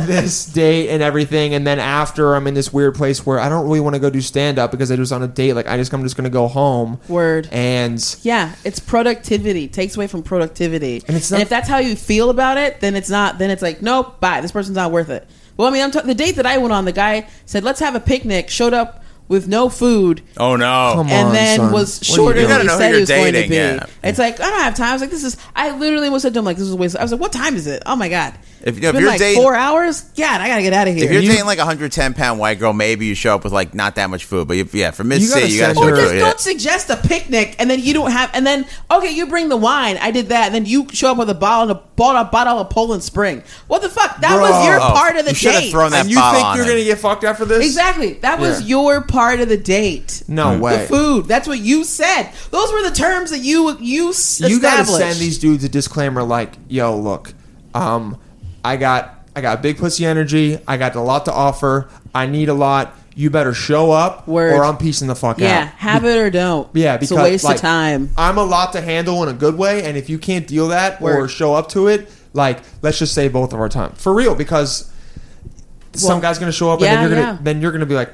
this date and everything and then after I'm in this weird place where I don't really want to go do stand up because I was on a date like I just I'm just going to go home Word. and Yeah, it's productivity. Takes away from productivity. And, And it's not- if that's how you feel about it, then it's not. Then it's like, nope, bye. This person's not worth it. Well, I mean, I'm ta- the date that I went on. The guy said, let's have a picnic. Showed up with no food. oh no. Come and on, then son. was What are you shorter doing? than You gotta he know who said he you're was going to dating, be. yeah. It's like I don't have time. I was like, this is. I literally almost said to him like, this is a waste. I was like, what time is it? Oh my god! If- it's if been you're like dating- four hours, God, I gotta get out of here. If you're you- dating like a 110 pound white girl, maybe you show up with like not that much food. But if, yeah, for Miss You C, gotta you gotta send her- show up. Well, just yeah. don't suggest a picnic, and then you don't have, and then okay, you bring the wine. I did that, and then you show up with a bottle, and a bought a bottle of Poland Spring. What the fuck? That was Bro. your Oh, part of the you should have date. thrown that and you bottle think on you're him. going to get fucked after this? Exactly. That was Yeah. your part of the date. No the way. food. That's what you said. Those were the terms that you you s- established. you gotta send these dudes a disclaimer like, yo, look, um, I got I got big pussy energy, I got a lot to offer, I need a lot. You better show up Word. or I'm piecing the fuck Yeah, out. have it or don't. Yeah, it's because a waste like, of time. I'm a lot to handle in a good way, and if you can't deal that or Word. show up to it, like let's just save both of our time for real. Because Well, some guy's gonna show up, yeah, and then you're gonna yeah. then you're gonna be like,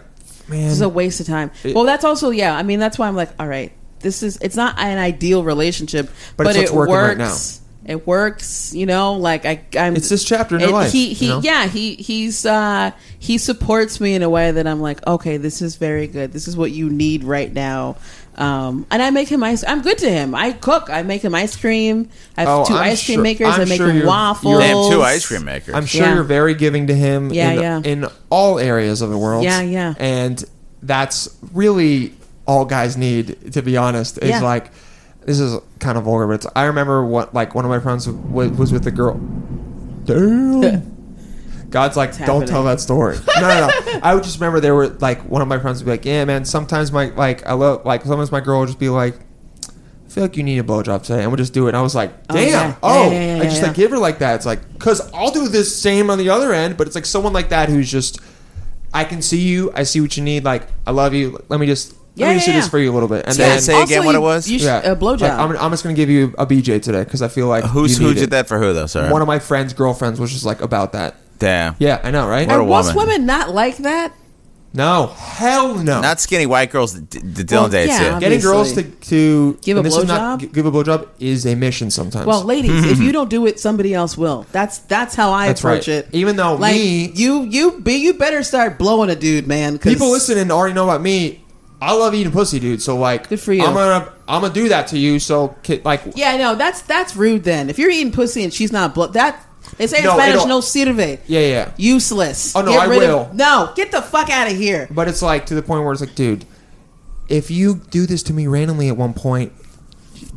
man, It's a waste of time. It- well, that's also yeah. I mean, that's why I'm like, all right, this is it's not an ideal relationship, but, But it's it what's working works. right now. It works, you know. Like I, I'm. It's this chapter in your and life, He, he, you know? yeah. He, he's, uh, he supports me in a way that I'm like, okay, this is very good. This is what you need right now. Um, and I make him ice. I'm good to him. I cook. I make him ice cream. I have Oh, two I'm ice cream sure- makers. I'm I make sure him you're- waffles. you're- They have two ice cream makers. I'm sure Yeah. you're very giving to him Yeah, in, yeah. in all areas of the world. Yeah, yeah. And that's really all guys need, to be honest. Is Yeah. like, this is kind of vulgar, but it's, I remember what, like, one of my friends was, was with a girl. Damn. God's like, don't happening. tell that story. No, no, no. I would just remember there were like one of my friends would be like, yeah, man. Sometimes my like I love like sometimes my girl would just be like, I feel like you need a blowjob today, and we'll just do it. And I was like, Oh, yeah. damn, Yeah, oh, yeah, yeah, I just yeah, like yeah. give her like that. It's like because I'll do this same on the other end, but it's like someone like that who's just, I can see you, I see what you need. Like I love you. Let me just let Yeah, me just yeah, do yeah. this for you a little bit, and Yeah, then say again Also, what you- it was? You sh- a blowjob. Like, I'm, I'm just gonna give you a BJ today because I feel like Who's you who need did it. that for who though, sir? One of my friends' girlfriends was just like about that. Damn. Yeah, I know, right? What a Are most woman. women not like that? No, hell no. Not skinny white girls that D- D- Dylan Well, dates. yeah, Yeah. I'm- Getting girls to, to Give a and this is not- blowjob? gi- Give a blowjob is a mission sometimes. Well, ladies, if you don't do it, somebody else will. That's that's how Mm-hmm. I That's approach right. it. Even though like me- you you be you better start blowing a dude, man. 'cause- people listening already know about me. I love eating pussy, dude. So like, Good for you. I'm gonna I'm gonna do that to you. So ki- like, Yeah, I know that's that's rude. Then if you're eating pussy and she's not blow, that they say in No, Spanish, it'll- no sirve. yeah, yeah. Useless. Oh, no, I rid of- will. no, get the fuck out of here. But it's like to the point where it's like, dude, if you do this to me randomly at one point,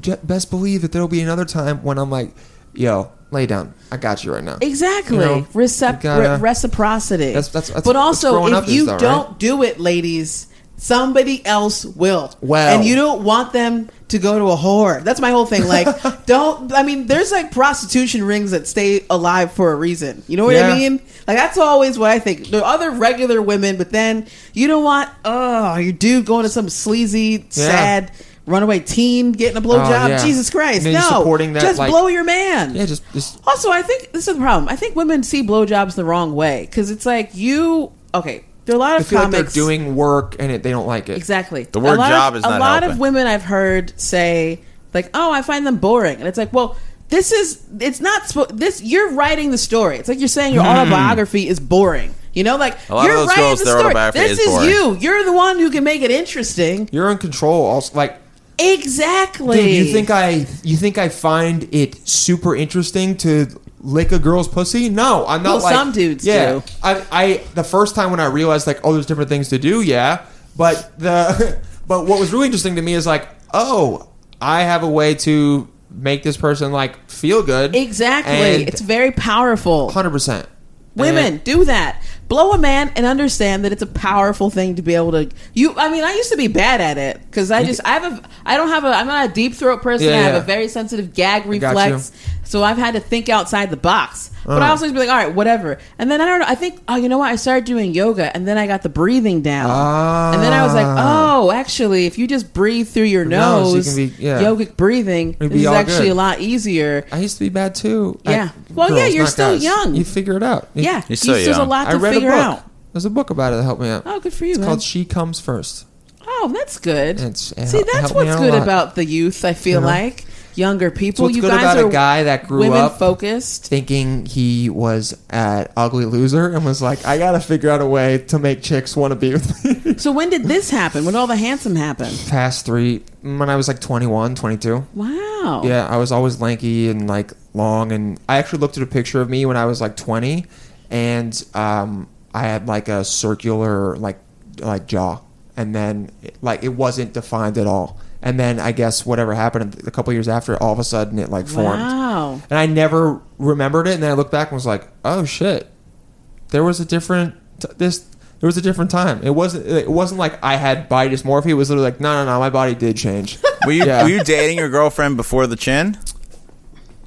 j- best believe that there'll be another time when I'm like, yo, lay down. I got you right now. Exactly. You know, Recep- you gotta- re- reciprocity. That's- that's- that's what but also, growing if up is, you though, right? don't do it, ladies, somebody else will. Well. And you don't want them to go to a whore. That's my whole thing. Like, don't, I mean, there's like prostitution rings that stay alive for a reason. You know what Yeah. I mean? Like, that's always what I think. There are other regular women, but then you don't want, oh, your dude going to some sleazy, sad, runaway teen getting a blowjob. Oh, yeah. Jesus And Christ. then no. you're supporting that, just like- blow your man. Yeah, just just Also, I think this is the problem. I think women see blowjobs the wrong way because it's like you. Okay, there are a lot I of feel like comics they're doing work and it, they don't like it. exactly. The word a lot job of, is a not lot helping. of women I've heard say like, "Oh, I find them boring," and it's like, well. This is it's not spo- this you're writing the story. It's like you're saying your autobiography is boring. You know, like Hmm. A lot of you're those writing girls, the their story. autobiography is This is, boring. you. You're the one who can make it interesting. You're in control. Also, like Exactly. Dude, you think I you think I find it super interesting to lick a girl's pussy? No, I'm not Well, like some dudes yeah, do. I, I the first time when I realized like oh there's different things to do, yeah. But the but what was really interesting to me is like oh I have a way to make this person like feel good exactly? and it's very powerful. hundred percent Women, do that. Blow a man and understand that it's a powerful thing to be able to. You, I mean, I used to be bad at it because I just, I have a, I don't have a, I'm not a deep throat person. Yeah, I have yeah. a very sensitive gag got Uh-huh. reflex, so I've had to think outside the box. But I also used to be like, all right, whatever. And then I don't know. I think, oh, you know what? I started doing yoga, and then I got the breathing down, Ah. and then I was like, oh, actually, if you just breathe through your nose, nose, you can be- yeah. yogic breathing, It'd this be is all actually good. a lot easier. I used to be bad too I- Yeah. Well, yeah, you're not still young. you figure it out You- um, Yeah, You're so there's a young. lot I to read a figure book out. there's a book about it that helped me out Oh, good for you, it's man. called She Comes First Oh, that's good. It's- it See, hel- that's helped me out what's a good lot. about the youth. I feel You know? like younger people. what's you good guys about a are guy that grew women up- focused. thinking he was an ugly loser and was like, I gotta figure out a way to make chicks want to be with me. So when did this happen? When all the handsome happened? Past three, when I was like 21, 22. Wow. Yeah, I was always lanky and like long. And I actually looked at a picture of me when I was like 20 and um, I had like a circular like like jaw. And then like it wasn't defined at all. And then I guess whatever happened a couple years after, all of a sudden it like formed. Wow. And I never remembered it. And then I looked back and was like, oh shit, there was a different t- this. There was a different time. It wasn't. It wasn't like I had body dysmorphia. It was literally like, no, no, no. My body did change. Were you Yeah. were you dating your girlfriend before the chin?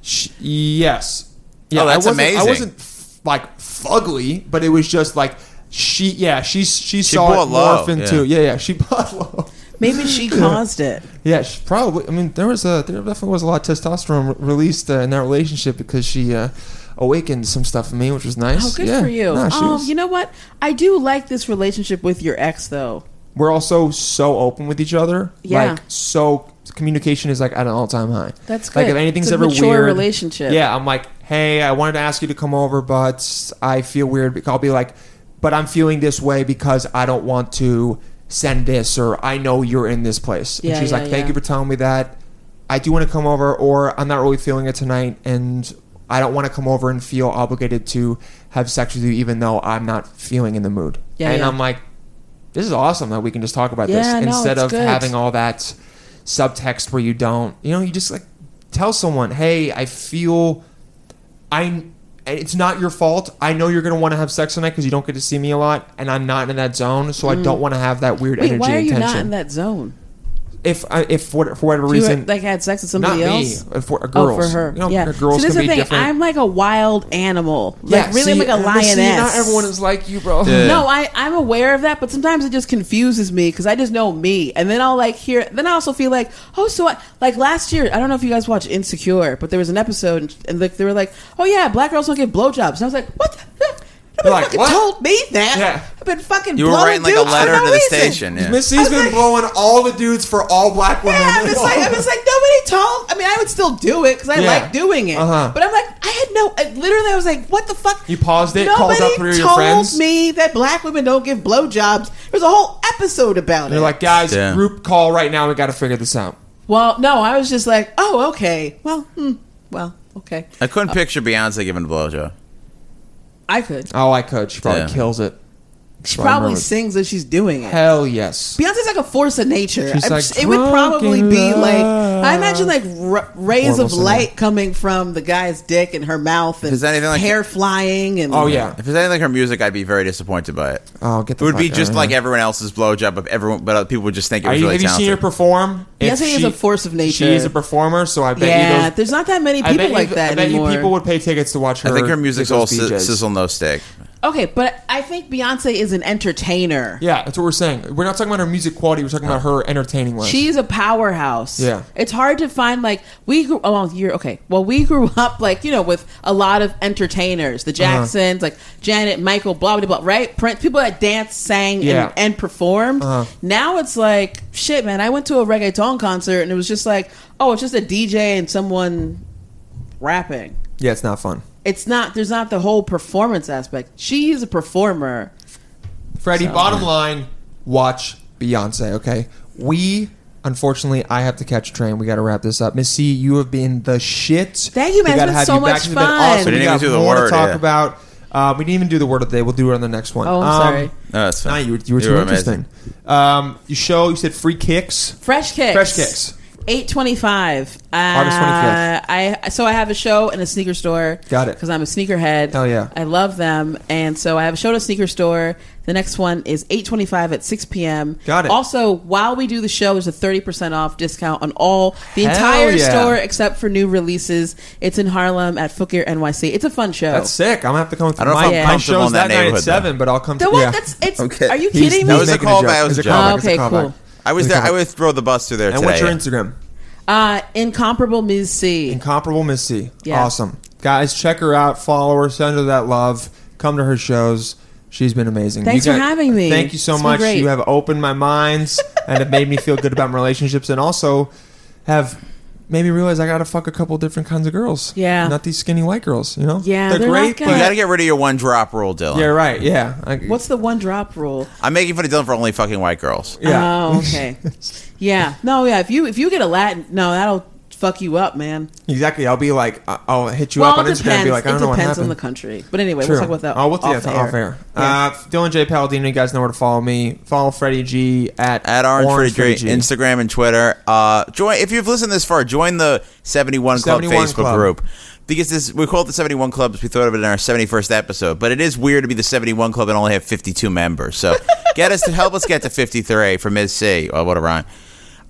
Sh- yes. Yeah, Oh, that's I wasn't, I amazing. wasn't f- like fugly, but it was just like she. Yeah, she she, saw bought it low, morph into. Yeah, yeah. She bought low. Maybe she caused it. Yeah, she probably. I mean, there was a there definitely was a lot of testosterone re- released uh, in that relationship because she uh, awakened some stuff in me, which was nice. Oh, good Yeah. for you. Nah, she um, was- you know what? I do like this relationship with your ex, though. we're also so open with each other. Yeah. Like so communication is like at an all time high. That's Like good. if anything's It's a ever mature weird, relationship. Yeah, I'm like, hey, I wanted to ask you to come over, but I feel weird. bec- I'll be like, but I'm feeling this way because I don't want to send this, or I know you're in this place. Yeah, and she's yeah, like, thank yeah. you for telling me that. I do want to come over, or I'm not really feeling it tonight, and I don't want to come over and feel obligated to have sex with you, even though I'm not feeling in the mood. Yeah, and yeah. I'm like, this is awesome that we can just talk about this Yeah, no, instead it's of good. having all that subtext where you don't you know you just like tell someone hey i feel i it's not your fault i know you're going to want to have sex tonight because you don't get to see me a lot and i'm not in that zone so i don't want to have that weird Mm. Wait, energy why are and you tension not in that zone? if I, if for, for whatever You were, reason like had sex with not somebody me else. uh, for uh, Oh, girls for her. you know, yeah. girls See, this can be is the thing. different I'm like a wild animal. yeah, Like really, see, I'm like a uh, lioness. see, not everyone is like you bro Yeah. No, I, I'm aware of that, but sometimes it just confuses me because I just know me. And then I'll like hear, then I also feel like, oh, so I, like last year, I don't know if you guys watched Insecure, but there was an episode and, and like they were like, oh yeah, black girls don't get blowjobs. And I was like, what the? Nobody You're like, fucking what? told me that. Yeah. I've been fucking You were writing blowing like a dudes for letter no to the reason. station. Yeah. missy's been blowing all the dudes for all black women Yeah, I'm just like, I'm just like, nobody told. I mean, I would still do it because I Yeah. like doing it. Uh-huh. But I'm like, I had no. I, literally, I was like, what the fuck? You paused it, called up three of your told friends? me that black women don't give blowjobs. There's a whole episode about they're it. like guys Yeah. group call right now we gotta figure this out well, no, I was just like, oh, okay. Well, hmm, well, okay. I couldn't picture Beyonce giving a blowjob. I could. Oh, I could. She probably Yeah. kills it. She Probably murders. sings as she's doing it. Hell yes. Beyonce's like a force of nature. She's I'm like, s- it would "Drunk probably in be love." like I imagine like r- rays Horrible of singer. light coming from the guy's dick and her mouth and Is anything like- hair flying and Oh yeah. If it's anything like her music, I'd be very disappointed by it. Oh, get It the. would be fuck just outta like here. everyone else's blowjob, but everyone, but people would just think it Are was you, really have you seen her talented. perform? If Beyonce is a force of nature. She is a performer, so I bet yeah. you those. there's not that many I bet people you- like that I bet anymore. you people would pay tickets to watch her. I think her music's with all those si- BJs. sizzle no steak. okay, but I think Beyonce is an entertainer. Yeah, that's what we're saying. We're not talking about her music quality. We're talking about her entertaining wise. She's a powerhouse. Yeah. It's hard to find like we grew oh well, you're okay. Well, we grew up like, you know, with a lot of entertainers. The Uh-huh. Jacksons, like Janet, Michael, blah blah blah, right? Prince people that danced, sang Yeah. and, and performed. Uh-huh. Now it's like shit, man, I went to a reggaeton concert and it was just like, oh, it's just a DJ and someone rapping. yeah, it's not fun. It's not there's not the whole performance aspect. She's a performer. Freddie, bottom line, watch Beyonce, okay? We, unfortunately, I have to catch a train. We got to wrap this up. Miss C, you have been the shit. Thank you, We man. It's gotta been have so you back. much It's been fun. awesome. We We didn't even got do the more to word, talk yeah. about. Uh, we didn't even do the word of the day. We'll do it on the next one. Um, Oh, I'm sorry. No, that's Nah, fine. you were, you were too interesting. Um, you show, you said free kicks. Fresh kicks. Fresh kicks. Eight twenty-five. Uh, August 25th. I so I have a show and a sneaker store. Got it. Because I'm a sneakerhead. Hell yeah. I love them, and so I have a show at a sneaker store. The next one is eight twenty-five at six p.m. Got it. Also, while we do the show, there's a thirty percent off discount on all the Hell entire yeah. store except for new releases. It's in Harlem at Fookier NYC. It's a fun show. That's sick. I'm going to have to come through. don't know if my, I'm my comfortable show's in that that, night at neighborhood, though. 7, but I'll come the through. what? Yeah. That's it's. Okay. Are you He's- kidding he's me? Oh, was a making callback, joke. it was It's a joke. callback, it's Okay, callback. cool. I was It's a there. I callback. would throw the bus through there And today. what's your Instagram? Uh, incomparable Ms. C. Incomparable Missy. Yeah. Awesome. Guys, check her out, follow her, send her that love, come to her shows. She's been amazing. Thanks for having me. Thank you so It's been much. great. You have opened my minds and have made me feel good about my relationships and also have made me realize I gotta fuck a couple different kinds of girls. Yeah. Not these skinny white girls, you know? Yeah, They're, they're great, not but gonna- you got to get rid of your one drop rule, Dylan. Yeah, right, yeah. I, What's the one drop rule? I'm making fun of Dylan for only fucking white girls. yeah. Oh, okay. yeah. No, yeah. If you if you get a Latin, no, that'll fuck you up, man. Exactly. I'll be like, I- I'll hit you well, up on it Instagram and depends. be like, I it don't know what depends happened. on the country. But anyway, True. we'll talk about that. Oh, we'll do off that air. off air. Yeah. Uh, Dylan J. Paladino, you guys know where to follow me. Follow Freddie G at At Orange, Freddie Freddy G, Instagram and Twitter. Uh, join if you've listened this far. Join the 71 Club 71 Facebook Club. group because this we call it the 71 Club. because We thought of it in our 71st episode, but it is weird to be the 71 Club and only have 52 members. So get us to help us get to 53 for Ms. C. Oh, what a rhyme!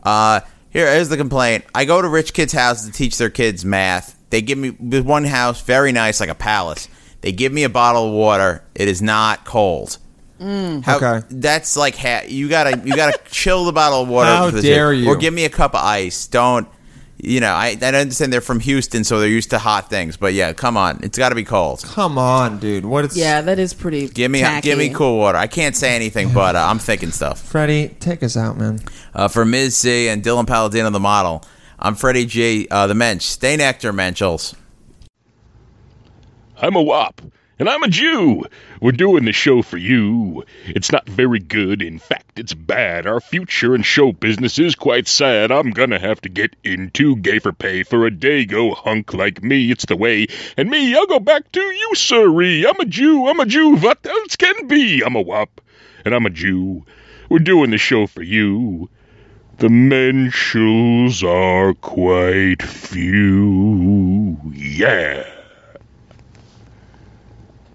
Uh, here is the complaint. I go to rich kids' houses to teach their kids math. They give me this one house, very nice, like a palace. They give me a bottle of water. It is not cold. How, Okay. That's like ha- you gotta you gotta chill the bottle of water. How for the dare tip. you. Or give me a cup of ice. Don't. you know, I, I understand they're from Houston, so they're used to hot things. But yeah, come on, it's got to be cold. Come on, dude. What it's Yeah, that is pretty. Give me, tacky. give me cool water. I can't say anything, but uh, I'm thinking stuff. Freddie, take us out, man. Uh, for Ms. C and Dylan Paladino, the model. I'm Freddie G, uh, the Mensch. Stay nectar, Menschels. I'm a wop, and I'm a Jew. We're doing the show for you. It's not very good. In fact, it's bad. Our future in show business is quite sad. I'm gonna have to get into gay for pay for a dago hunk like me. It's the way. And me, I'll go back to you, sirree. I'm a Jew. I'm a Jew. What else can be? I'm a wop, and I'm a Jew. We're doing the show for you. The menschels are quite few. Yeah.